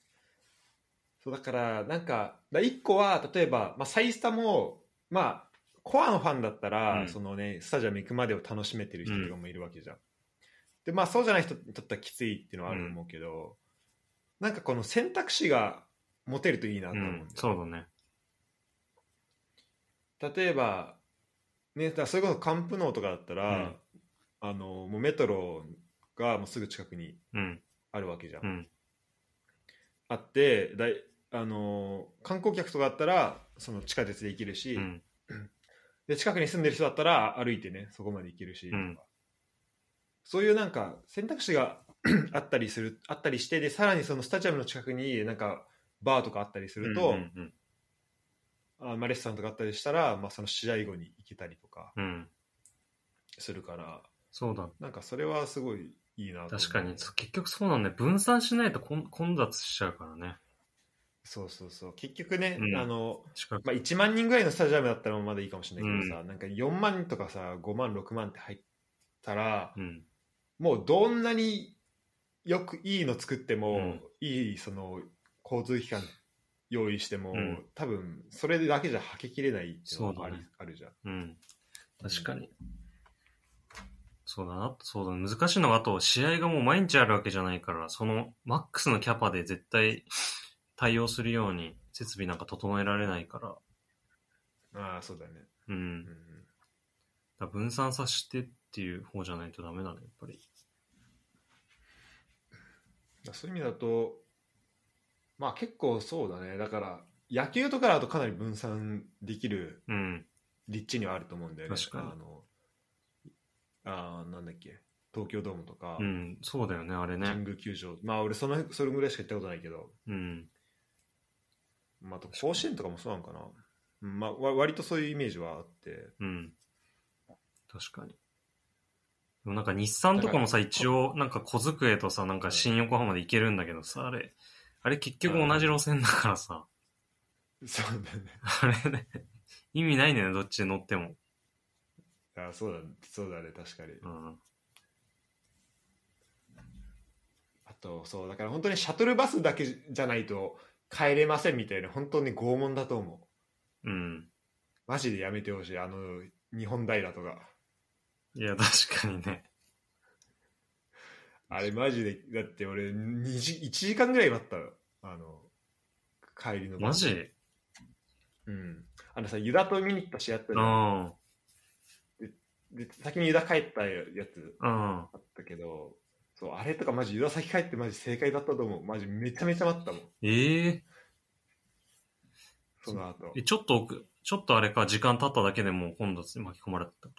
A: そうだから、なんか、だ1個は、例えば、まあ、サイスタも、まあ、コアのファンだったら、
B: うん
A: そのね、スタジアム行くまでを楽しめてる人とかもいるわけじゃん。で、まあ、そうじゃない人にとってはきついっていうのはあると思うけど、なんかこの選択肢が持てるといいなと
B: う
A: 思うんだよね
B: ん、そうだね。
A: 例えば、ね、だからそれこそカンプノーとかだったら、
B: うん
A: あのもうメトロがもうすぐ近くに
B: うん、
A: あるわけじゃん、
B: うん、
A: あってだいあのー観光客とかだったらその地下鉄で行けるし、
B: うん、
A: で近くに住んでる人だったら歩いてねそこまで行けるし、
B: うん
A: とかそういうなんか選択肢が あったりするあったりしてでさらにそのスタジアムの近くになんかバーとかあったりすると、
B: うん、うん
A: あまあ、レストランとかあったりしたら、まあ、その試合後に行けたりとか
B: うん、うん
A: するから
B: そうだ。
A: なんかそれはすごいいいなと思う
B: 確かに、そう結局そうなんだよ。分散しないと混混雑しちゃうからね。
A: そうそうそう結局ね、
B: うん
A: あの
B: 近く
A: まあ、1万人ぐらいのスタジアムだったらまだいいかもしれないけどさ、なんか4万とかさ5万6万って入ったら
B: うん、
A: もうどんなによくいいの作っても、
B: うん
A: いいその交通機関用意しても、
B: うん
A: 多分それだけじゃはけきれないっていうのがあり
B: そうだね
A: あるじゃん
B: うん。確かに。そうだな、そうだ、難しいのは、あと、試合がもう毎日あるわけじゃないから、その、マックスのキャパで絶対対応するように、設備なんか整えられないから、
A: ああそうだね、
B: う。
A: うんん
B: だから分散させてっていう方じゃないとダメだね、やっぱり。
A: だそういう意味だとまあ結構そうだねだから野球とかだとかなり分散できる
B: うん。
A: 立地にはあると思うんだよね。
B: 確かに
A: あのあーなんだっけ東京ドームとか、
B: うん、そうだよね、あれ
A: 神
B: ね。
A: 宮球場、まあ俺そのそれぐらいしか行ったことないけど、
B: うん。
A: まあ、あと甲子園とかもそうなのかな、うんまあ、わ割とそういうイメージはあって
B: うん。確かに。でもなんか日産とかもさ、一応、なんか小机とさ、なんか新横浜で行けるんだけどさ、あれ、あれ結局同じ路線だからさ、
A: そうだね
B: あれね、意味ないんだよね、どっちで乗っても。
A: あーそうだそうだね確かに
B: うん。
A: あとそうだから本当にシャトルバスだけじゃないと帰れませんみたいな本当に拷問だと思う
B: うん。
A: マジでやめてほしいあの日本平とか
B: いや、確かにね。
A: あれマジでだって俺2時1時間ぐらい待ったのあの帰りの
B: マ
A: バス
B: ジ
A: うん、あのさ、ユダと見に行った試合あった
B: う
A: じゃん
B: ん。うん。
A: で先にユダ帰ったやつ
B: あ
A: あったけど、そう、あれとかマジユダ先帰ってマジ正解だったと思う。マジめちゃめちゃ待ったもん、
B: ええ
A: その後。
B: え、ちょっと奥、ちょっとあれか、時間経っただけでもう今度巻き込まれてたと。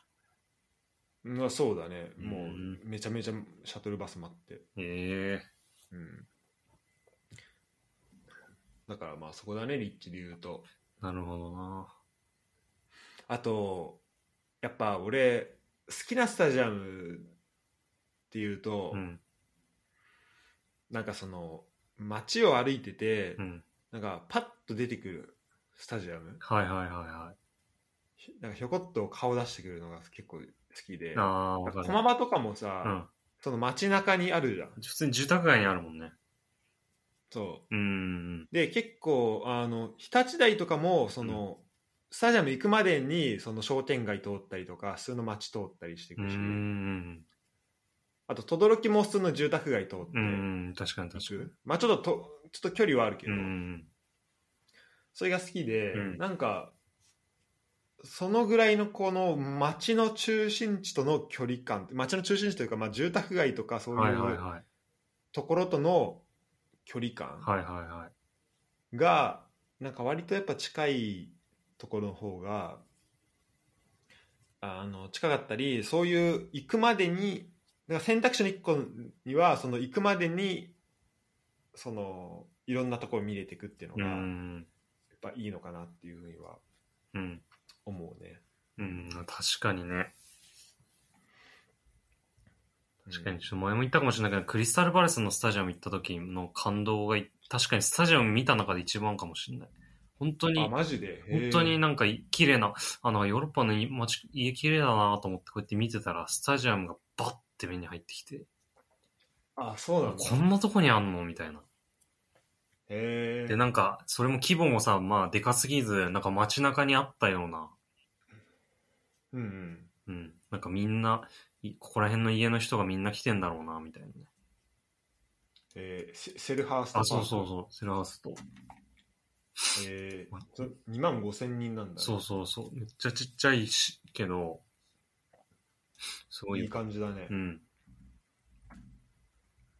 A: うん、そうだね。も
B: うん
A: うめちゃめちゃシャトルバス待って。
B: ええ
A: うん。だからまあそこだね、立地で言うと。
B: なるほどな。
A: あとやっぱ俺好きなスタジアムっていうと、
B: うん。
A: なんかその街を歩いてて、
B: うん。
A: なんかパッと出てくるスタジアム
B: はいはいはいはい。
A: ひなんかひょこっと顔出してくるのが結構好きで
B: ああ、わかる。
A: 駒場とかも
B: う
A: さ、
B: ん。
A: その街中にあるじゃん
B: 普通に住宅街にあるもんね。
A: そう
B: ーん。
A: うで結構あの日立大とかもその、スタジアム行くまでにその商店街通ったりとか普通の街通ったりしていうくし、
B: ん。
A: あと轟も普通の住宅街通って
B: う
A: 行
B: ん。確かに確か
A: く、
B: に。
A: まあちょっととちょっと距離はあるけ
B: う
A: ど、
B: ん。
A: それが好きで、
B: うん
A: なんかそのぐらいのこの街の中心地との距離感街の中心地というか、まあ、住宅街とかそう
B: はいいはいうはい。
A: ところとの距離感
B: はいはいは
A: がなんか割とやっぱ近いところの方があの近かったりそういう行くまでにだから選択肢の1個にはその行くまでにそのいろんなところを見れていくっていうの
B: い。う
A: がやっ
B: ん。
A: ぱいいのかなっていうふうには
B: うん。
A: 思うね。
B: うん。確かにね。確かに、
A: うん
B: ちょっと前も言ったかもしれないけど、クリスタルバレスのスタジアム行った時の感動がい、確かにスタジアム見た中で一番かもしれない。本当に
A: あ、マジでへー
B: 本当になんかい綺麗な、あの、ヨーロッパのい街、家綺麗だなと思ってこうやって見てたら、スタジアムがバッて目に入ってきて、
A: あそうなんだ
B: こんなとこにあんのみたいな。
A: へ
B: で、
A: え
B: なんか、それも規模もさ、まあ、でかすぎず、なんか街中にあったような、
A: うんうん
B: うん、なんかみんな、いここら辺の家の人がみんな来てんだろうな、みたいなね。
A: えーセセルハースト
B: あ、そうそう
A: う
B: そう、セルハウスと。
A: え2万5千人なんだ
B: そうそうそう、めっちゃちっちゃいし、けど、すごいよ
A: いい感じだね、
B: う
A: へ
B: ん。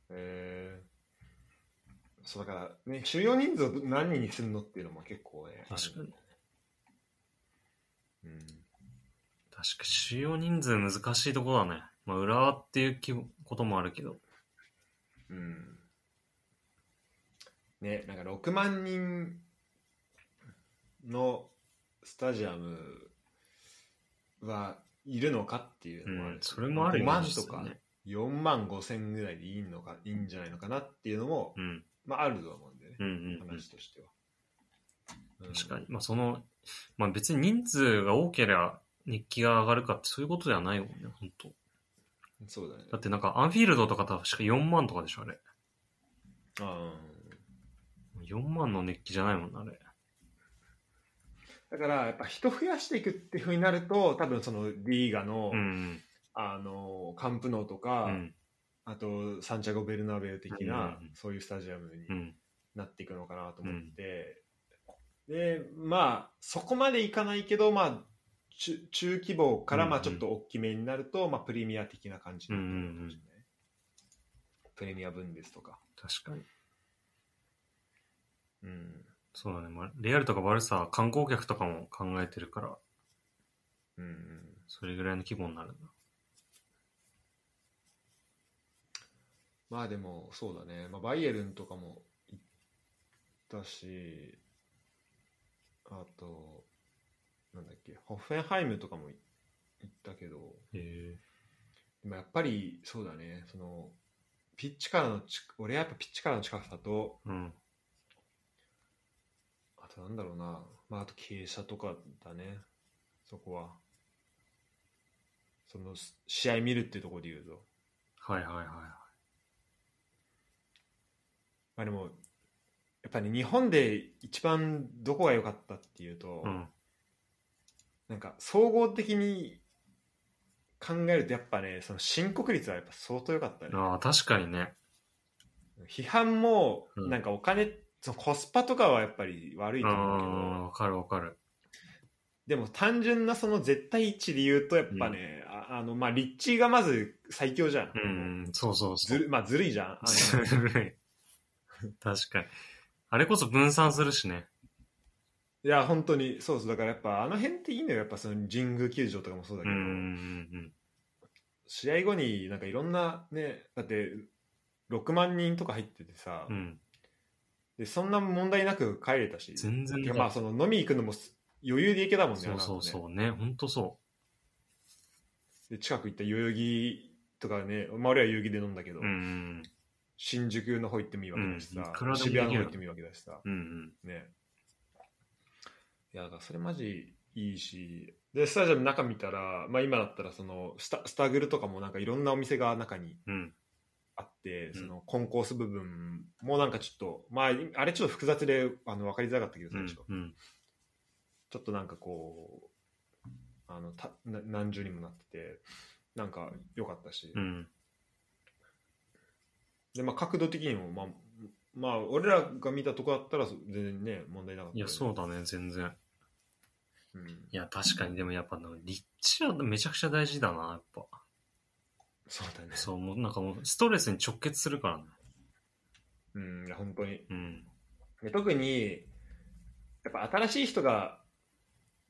A: えそうだからね収容人数を何人にするのっていうのも結構ね
B: 確かに。
A: うん
B: 確か収容人数難しいとこだね。まあ、浦和っていうきこともあるけど。
A: うんねなんか6万人のスタジアムはいるのかっていう
B: う
A: のもある、
B: ん、それもあるよ
A: 5万とか、
B: 実際ね。
A: 4万5千ぐらいでいいのかいいんじゃないのかなっていうのも、
B: うん、
A: まあ、あると思うんでね、
B: うん、うんうん。
A: 話としては、うん
B: 確かに。まあ、その、まあ、別に人数が多ければ熱気が上がるかってそういうことではないもんね、本当
A: そうだね
B: だってなんか、アンフィールドとか確か4万とかでしょ、あれ。
A: あ
B: 4万の熱気じゃないもんな、あ
A: ー
B: れ。
A: だからやっぱ人増やしていくっていうふうになると多分そのリーガの,、
B: うん、
A: あのカンプノーと
B: う
A: か、
B: ん、
A: あとサンチャゴ・ベルナベウ的な、
B: うん
A: そういうスタジアムに
B: うん、
A: なっていくのかなと思って、でまあそこまでいかないけどまあ中中規模からまあ
B: うんう
A: ち
B: ん
A: ょっと大きめになると、まあ、プレミア的な感じになってくるかもしれない、プレミア分ですとか、
B: 確かに。
A: うん
B: そうだね。まあ、レアルとかバルサは観光客とかも考えてるから、
A: うんうん、
B: それぐらいの規模になるんだ。
A: まあでもそうだね、まあ、バイエルンとかも行ったしあとなんだっけホッフェンハイムとかも行ったけど
B: へえ。
A: でもやっぱりそうだねそのピッチからのち俺はやっぱピッチからの近さと
B: うん、
A: あとなんだろうな、まあ、あと傾斜とかだね、そこは。そのす試合見るっていうところで言うと。
B: はいはいはいはい。
A: まあでも、やっぱり日本で一番どこが良かったっていうと、
B: うん。
A: なんか総合的に考えるとやっぱね、その申告率はやっぱ相当良かったね。
B: ああ、確かにね。
A: 批判も、
B: うん
A: なんかお金、そのコスパとかはやっぱり悪い
B: あ
A: と思うけど、
B: あ、わかるわかる。
A: でも単純なその絶対一理言うとやっぱね、ああのまあ立地がまず最強じゃん、
B: うん、そうそうそ
A: ず
B: う。
A: るまあずるいじ ゃんあ
B: ず
A: の
B: るい。確かに。あれこそ分散するしね。
A: いや本当にそうそうだからやっぱあの辺っていいのよやっぱその神宮球場とかもそうだ
B: う
A: け
B: ん
A: ど、
B: うんうん
A: 試合後になんかいろんなねだって6万人とか入っててさ、
B: うん。うん。
A: でそんな問題なく帰れたし
B: 全然
A: てかまあ
B: ね。
A: その飲み行くのもす余裕で行けたもんね。
B: そうそ
A: な
B: う
A: んかね
B: そうね、ほんとそ
A: で近く行った代々木とかね、まあ、俺は代々木で飲んだけど、
B: う。うん
A: 新宿の方行ってもいいわけだし
B: うんい
A: さ、
B: くらでも
A: 渋谷の方
B: できる
A: 行ってもいいわけだしさ、
B: うん。うんうん。
A: ね。いや、だからそれマジいいし、で、スタジアム中見たら、まあ今だったらそのスタ、スタグルとかもなんかいろんなお店が中に
B: うん。
A: あって、
B: うん
A: そのコンコース部分もなんかちょっと、まああれちょっと複雑であの分かりづらかったけど、
B: う
A: 最
B: ん
A: 初、
B: うん。
A: ちょっとなんかこう、あのたな何重にもなってて、なんか良かったし、
B: うん。
A: でまあ、角度的にも、まあ、まあ、俺らが見たとこだったらそ全然ね、問題なかった
B: い
A: よ
B: や、
A: ね、
B: そうだね、全然。
A: うん、
B: いや、確かに、でもやっぱな、立地はめちゃくちゃ大事だな、やっぱ。
A: そうだね。
B: そう、もうなんかもう、ストレスに直結するからね。
A: うん、いや本当に。
B: うん。
A: で特に、やっぱ新しい人が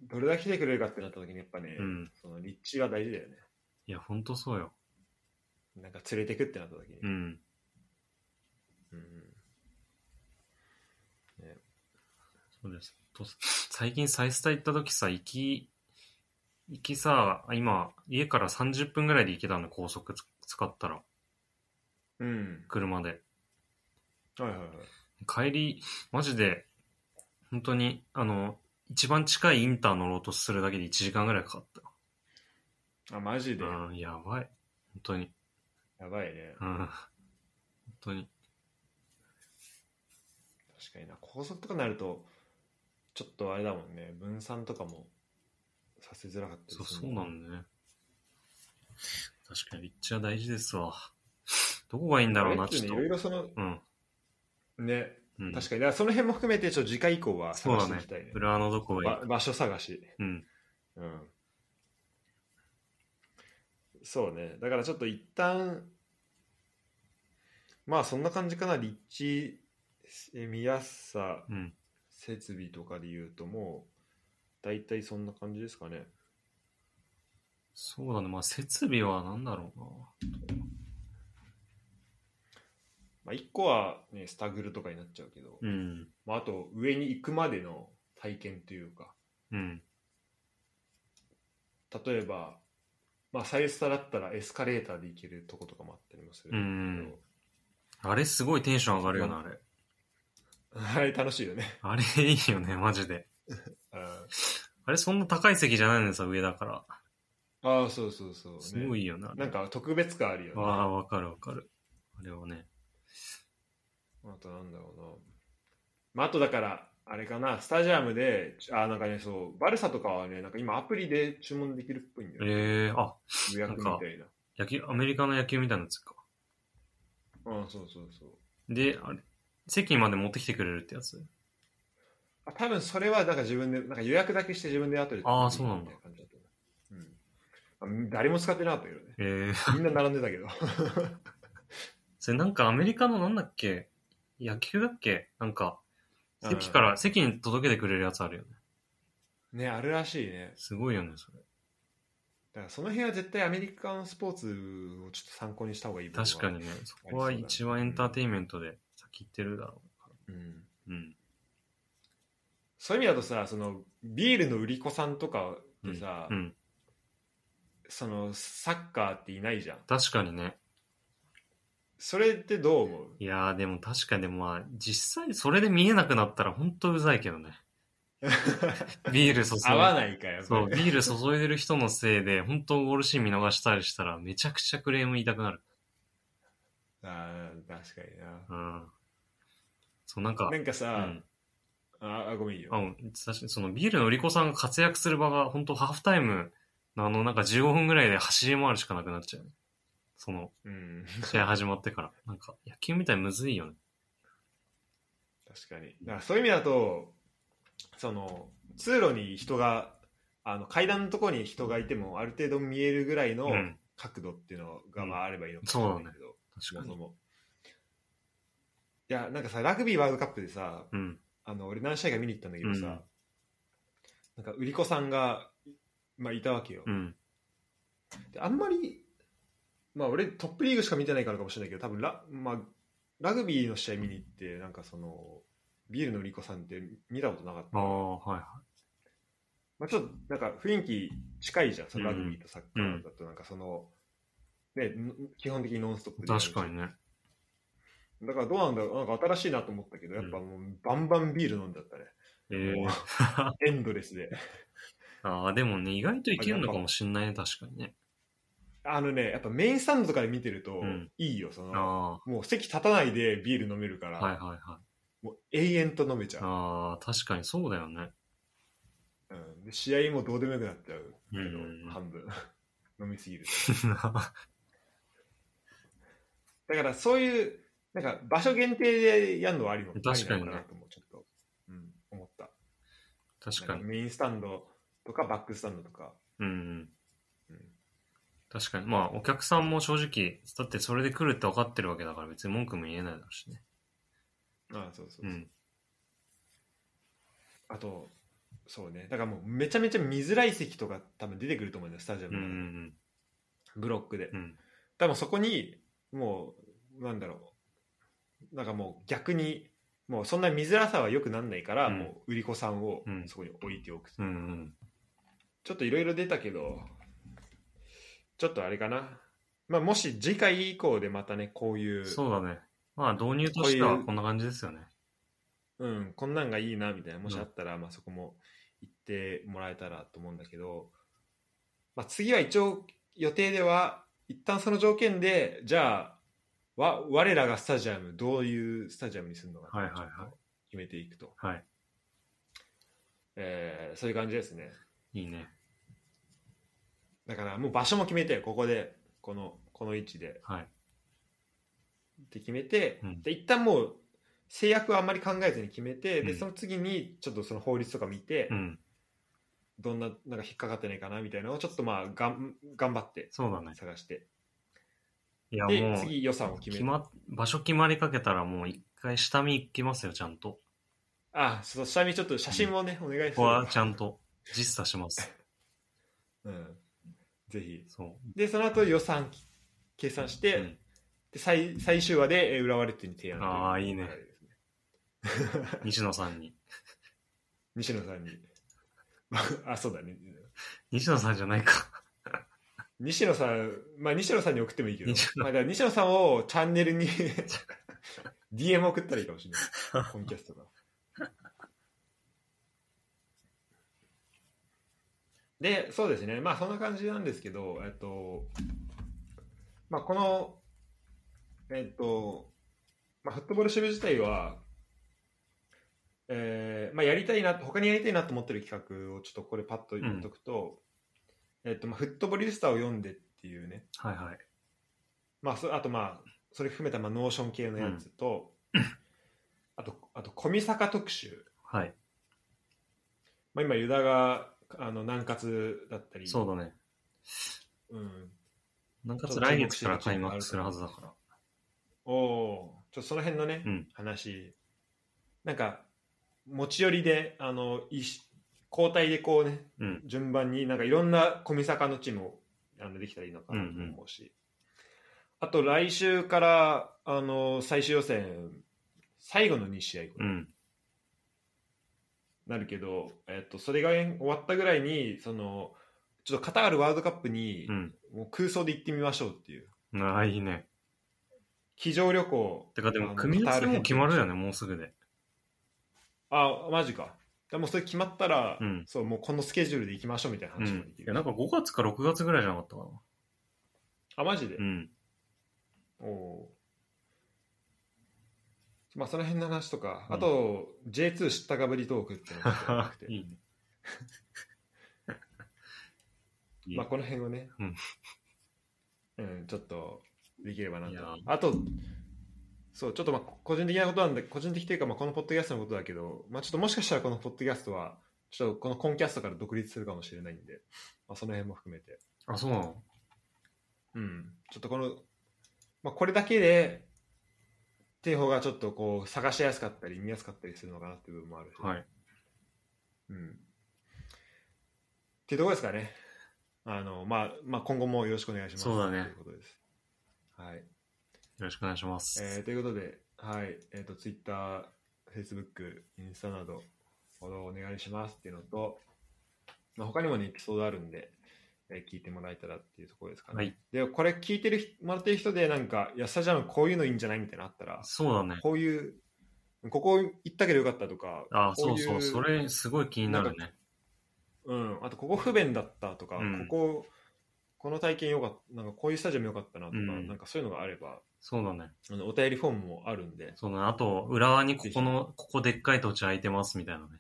A: どれだけ来てくれるかってなった時に、やっぱね、
B: うん。
A: その立地が大事だよね。
B: いや、ほんとそうよ。
A: なんか連れてくってなった時に。
B: うん。
A: うんね
B: そうです。と最近、サイスタ行った時さ、行き、行きさ、今、家から30分ぐらいで行けたの、高速つ使ったら、
A: うん。
B: 車で。
A: はいはいはい。
B: 帰り、マジで、本当に、あの、一番近いインター乗ろうとするだけで1時間ぐらいかかった。
A: あ、マジで。
B: うん、やばい。本当に。
A: やばいね。
B: うん。本当に。
A: 確かにな。高速とかになると、ちょっとあれだもんね。分散とかもさせづらかったり
B: そう、
A: す
B: そ
A: る
B: う
A: も
B: なん
A: ね
B: んだね。確かに、立地は大事ですわ。どこがいいんだろうな、
A: あれって
B: ち
A: ね
B: ょ
A: い
B: っ
A: ろいろそ
B: と。
A: の、
B: うん。
A: ね、
B: うん、
A: 確かに。だからその辺も含めて、ちょっと次回以降は
B: そう
A: 探
B: だ
A: してい
B: ね
A: きたいね。。
B: 浦和のどこがいい
A: ば場所探し。
B: うん。
A: うん。そうね。だからちょっと一旦、まあそんな感じかな。立地、え見やすさ、
B: うん。
A: 設備とかで言うと、もう、大体そんな感じですかね。
B: そうだね。まあ、設備はなんだろうな。
A: まあ、1個は、ね、スタグルとかになっちゃうけど、
B: うん。
A: まあ、あと上に行くまでの体験というか
B: うん。
A: 例えば、まあ、サイスタだったらエスカレーターで行けるとことかもあったりもするんだ
B: あれ、すごいテンション上がるよな、あれ。
A: けど、あれ楽しいよね、
B: あれ、いいよね、マジで。
A: うん
B: あれ、そんな高い席じゃないのにさ、上だから。
A: ああそうそうそう、ね、
B: すごいいいよな。
A: なんか特別感あるよね
B: ああ、
A: あ
B: わかるわかる。あれはね。
A: となんだろうな、まあ、あとだからあれかなスタジアムであなんかねそうバルサとかはねなんか今アプリで注文できるっぽいんだよね、
B: ええあ、
A: 予約みたいな
B: 野球、アメリカの野球みたいなやつか。
A: うんそうそうそう
B: で、あれ、席まで持ってきてくれるってやつ。
A: あ多分それはなんか自分でなんか予約だけして自分で後で
B: あーそうなんだ
A: みたい感じだったねうん、あ誰も使ってなかったけどね
B: ええ
A: みんな並んでたけど
B: それなんかアメリカのなんだっけ野球だっけなんか、席から、席に届けてくれるやつあるよね。
A: ねあるらしいね
B: すごいよね、それ。
A: だからその辺は絶対アメリカのスポーツをちょっと参考にした方がいい部分は
B: 確かにね、そこは一番エンターテインメントで先行ってるだろ
A: うん、
B: う。うん。
A: そういう意味だとさそのビールの売り子さんとかってさ、
B: うん。
A: そのサッカーっていないじゃん
B: 確かにね。
A: それってどう思う
B: いやーでも確かにまあ、実際それで見えなくなったら本当うざいけ どね。ビール注い
A: 合わないかやっぱ
B: そう、
A: り
B: ビール注いでる人のせいで、本当ゴールシーン見逃したりしたらめちゃくちゃクレーム言いたくなる。
A: あー確かにな
B: うん。そう、なんか、
A: なんか
B: う
A: さ、
B: ん。
A: ああごめんいいよ
B: あの確かにそのビールの売り子さんが活躍する場が本当ハーフタイムのあのなんか15分ぐらいで走り回るしかなくなっちゃうね。その
A: うん
B: 試合始まってから。なんか野球みたいにむずいよね。
A: 確かにだからそういう意味だとその通路に人があの階段のところに人がいてもある程度見えるぐらいの
B: うん。
A: 角度っていうのが
B: うん
A: まああればいいのかもしれないけど、
B: 確
A: そも
B: か
A: そ
B: に。
A: もいやなんかさラグビーワールドカップでさ
B: うん。
A: あの俺何試合か見に行ったんだけど
B: う
A: さ、なんか売り子さんが、まあ、いたわけよ、
B: うん。
A: であんまりまあ俺トップリーグしか見てないからかもしれないけど多分ラ,、まあ、ラグビーの試合見に行ってなんかそのビールの売り子さんって見たことなかった
B: ああ、はいは
A: まあ、ちょっとなんか雰囲気近いじゃん、そのラグビーとサッカーだと、なんかその、ね、ん基本的にノンストップでやるじゃ
B: 確
A: ん
B: かにね。
A: だからどうなんだろう、なんか新しいなと思ったけど、やっぱもうバンバンビール飲んだったね。
B: えー
A: もう エンドレスで。
B: ああ、でもね、意外といけるのかもしんないね、確かにね。
A: あのね、やっぱメインスタンドとかで見てると
B: うん
A: いいよ、その、
B: あ
A: もう席立たないでビール飲めるか
B: あ、
A: ら、
B: はいはいはい。
A: もう永遠と飲めちゃう、
B: ああ、確かにそうだよね。
A: うんで。試合もどうでもよくなっちゃうけど、
B: うん
A: 半分。 飲みすぎると。
B: あ
A: だからそういう、なんか場所限定でやるのはありの
B: 確
A: あ
B: かにね
A: りなのなともちょっと、うん、思った。
B: 確か
A: なん
B: に。
A: メインスタンドとかバックスタンドとか。
B: うん。
A: うん
B: 確かに。まあ、お客さんも正直、だってそれで来るって分かってるわけだから別に文句も言えないだろうしね。
A: あそうそうそうう、
B: ん。
A: あと、そうね。だからもうめちゃめちゃ見づらい席とか多分出てくると思うんだよ、スタジア
B: う
A: ム
B: ん
A: の中で、
B: うん
A: ブロックで。
B: うん。うん。
A: 多分そこに、もう、なんだろう。なんかもう逆に、もうそんな見づらさは良くなんないから、
B: うん
A: もう売り子さんを
B: うん
A: そこに置いておく。
B: うんうん。
A: ちょっといろいろ出たけど、ちょっとあれかな。まあ、もし次回以降でまたね、こういう、
B: そうだね。まあ、導入として
A: こう
B: は
A: いう
B: こんな感じですよね。
A: うん、こんなんがいいなみたいな、もしあったら、まあ、そこも行ってもらえたらと思うんだけど、まあ、次は一応予定では、一旦その条件で、じゃあ、わ我らがスタジアム、どういうスタジアムにするのか、
B: はいはいはい
A: ちょっと決めていくと、
B: はい。
A: えーそういう感じですね。
B: いいね。
A: だからもう場所も決めて、ここで、このこの位置で。
B: はい。
A: って決めて、
B: うん
A: で一旦もう制約はあんまり考えずに決めて、
B: う
A: で
B: ん
A: その次にちょっとその法律とか見て、
B: うん。
A: どんななんか引っかかってないかなみたいなのをちょっとまあがん頑張って
B: そうだね。
A: 探して、
B: いや、
A: で
B: もう、
A: 次予算を決め
B: 決
A: る
B: まっ、場所決まりかけたらもう一回下見行きますよ、ちゃんと。
A: あそう下見ちょっと写真もね、お願い
B: こ
A: す
B: こ
A: る
B: はちゃんと実査し ます。
A: うん、ぜひ
B: そ
A: でその後予算き計算して、
B: う。うん。
A: で最最終話でえー浦和レッズに提案とう
B: あーいいね
A: 流れですね
B: 西野さんに。
A: 西野さんに あそうだね
B: 西野さんじゃないか。
A: 西野さん、まあ、西野さんに送ってもいいけど
B: 西、野
A: まあ、だから西野さんをチャンネルに DM 送ったらいいかもしれない。コンキャストが。で、そうですね。まあ、そんな感じなんですけど、えっと、まあ、この、えっと、まあ、フットボール支部自体は、えーまあ、やりたいな、他にやりたいなと思ってる企画をちょっとこれパッと言っとくと、えっと、まあ、フットボリスタを読んでっていうね、
B: はいはい。
A: まあ、そあとまあ、それ含めたまあノーション系のやつと、あと、あと、小見坂特集。
B: はい。
A: まあ、今、ユダが、あの、南葛だったり、
B: そうだね。
A: うん。
B: なんかつ来月から開幕するはずだから。
A: おおーちょっとその辺のね、
B: うん
A: 話、なんか、持ち寄りで、あの、いし交代でこうね、
B: うん
A: 順番になんかいろんな小見坂のチームをあのできたらいいのかなと思うし、あと来週から、あの、最終予選、最後の2試合、
B: うん。
A: なるけど、えっと、それが終わったぐらいにそのちょっとカタールワールドカップに
B: うん。
A: もう空想で行ってみましょうっていう
B: ああ、いいね。
A: 机上旅行
B: てかで
A: あ
B: も、
A: の
B: 組み合わせ
A: カタール
B: も
A: 編
B: 決まるよね、もうすぐで。
A: あマジかでもそれ決まったら、
B: うん
A: そうもうこのスケジュールで行きましょうみたいな
B: うん。
A: 話もでき
B: い
A: る、
B: や、なんか5月か6月ぐらいじゃなかったかな。
A: あマジで、
B: うん。
A: おおーまあその辺の話とか、
B: うん
A: あと J2 知ったかぶりトークっていうのがあって
B: いいね。い い
A: まあこの辺をね、
B: うん
A: うんちょっとできればない
B: や
A: と。あと、そう、ちょっとまあ個人的なことなんで、個人的というか、まあこのポッドキャストのことだけど、まあちょっともしかしたらこのポッドキャストは、ちょっとこのコンキャストから独立するかもしれないんで、まあ、その辺も含めて、
B: あ、そうなの
A: うん、ちょっとこの、まあ、これだけで、っていう方がちょっとこう探しやすかったり見やすかったりするのかなっていう部分もあるし、
B: はい。
A: うん。っていうところですかね。あの、まあ、まあ、今後もよろしくお願いします。
B: そうだね
A: ということです。はい。
B: よろしくお願いします。
A: えーということで、はい。えっ、と、Twitter、Facebook、インスタなど、フォローお願いしますっていうのと、まあ、他にもね、エピソードあるんで、えー聞いてもらえたらっていうところですかね。
B: はい
A: で、これ聞いてる人もらってる人で、なんか、安田ジャムこういうのいいんじゃないみたいなのあったら、
B: そうだね。
A: こういう、ここ行ったけどよかったとか、
B: あ
A: こ
B: そうう
A: いう
B: そう、それすごい気になるね。
A: うん、あとここ不便だったとか、
B: うん
A: ここ、この体験よかった、なんかこういうスタジアムよかったなとか、
B: うん
A: なんかそういうのがあれば、
B: そうだね。
A: あのお便りフォームもあるんで、
B: そうだね。あと、浦和にここの、ここでっかい土地空いてますみたいなね。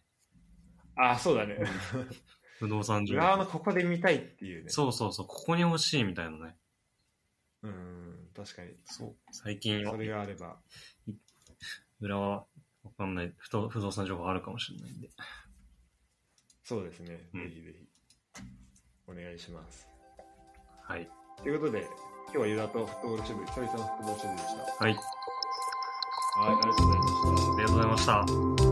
A: ああ、そうだね。
B: 不動産情
A: 浦和
B: 報。
A: のここで見たいっていうね。
B: そうそうそう、ここに欲しいみたいなね。
A: うん、確かに。
B: そう。最近は
A: それがあれば。
B: 浦和、わかんない不動、不動産情報あるかもしれないんで。
A: そうですね。
B: うん
A: ぜひぜひ。お願いします。
B: はい。
A: ということで、今日はユダとフットボール支部、久々のフットボール支部でし
B: はい。
A: た。はい、ありがとうございました。
B: ありがとうございました。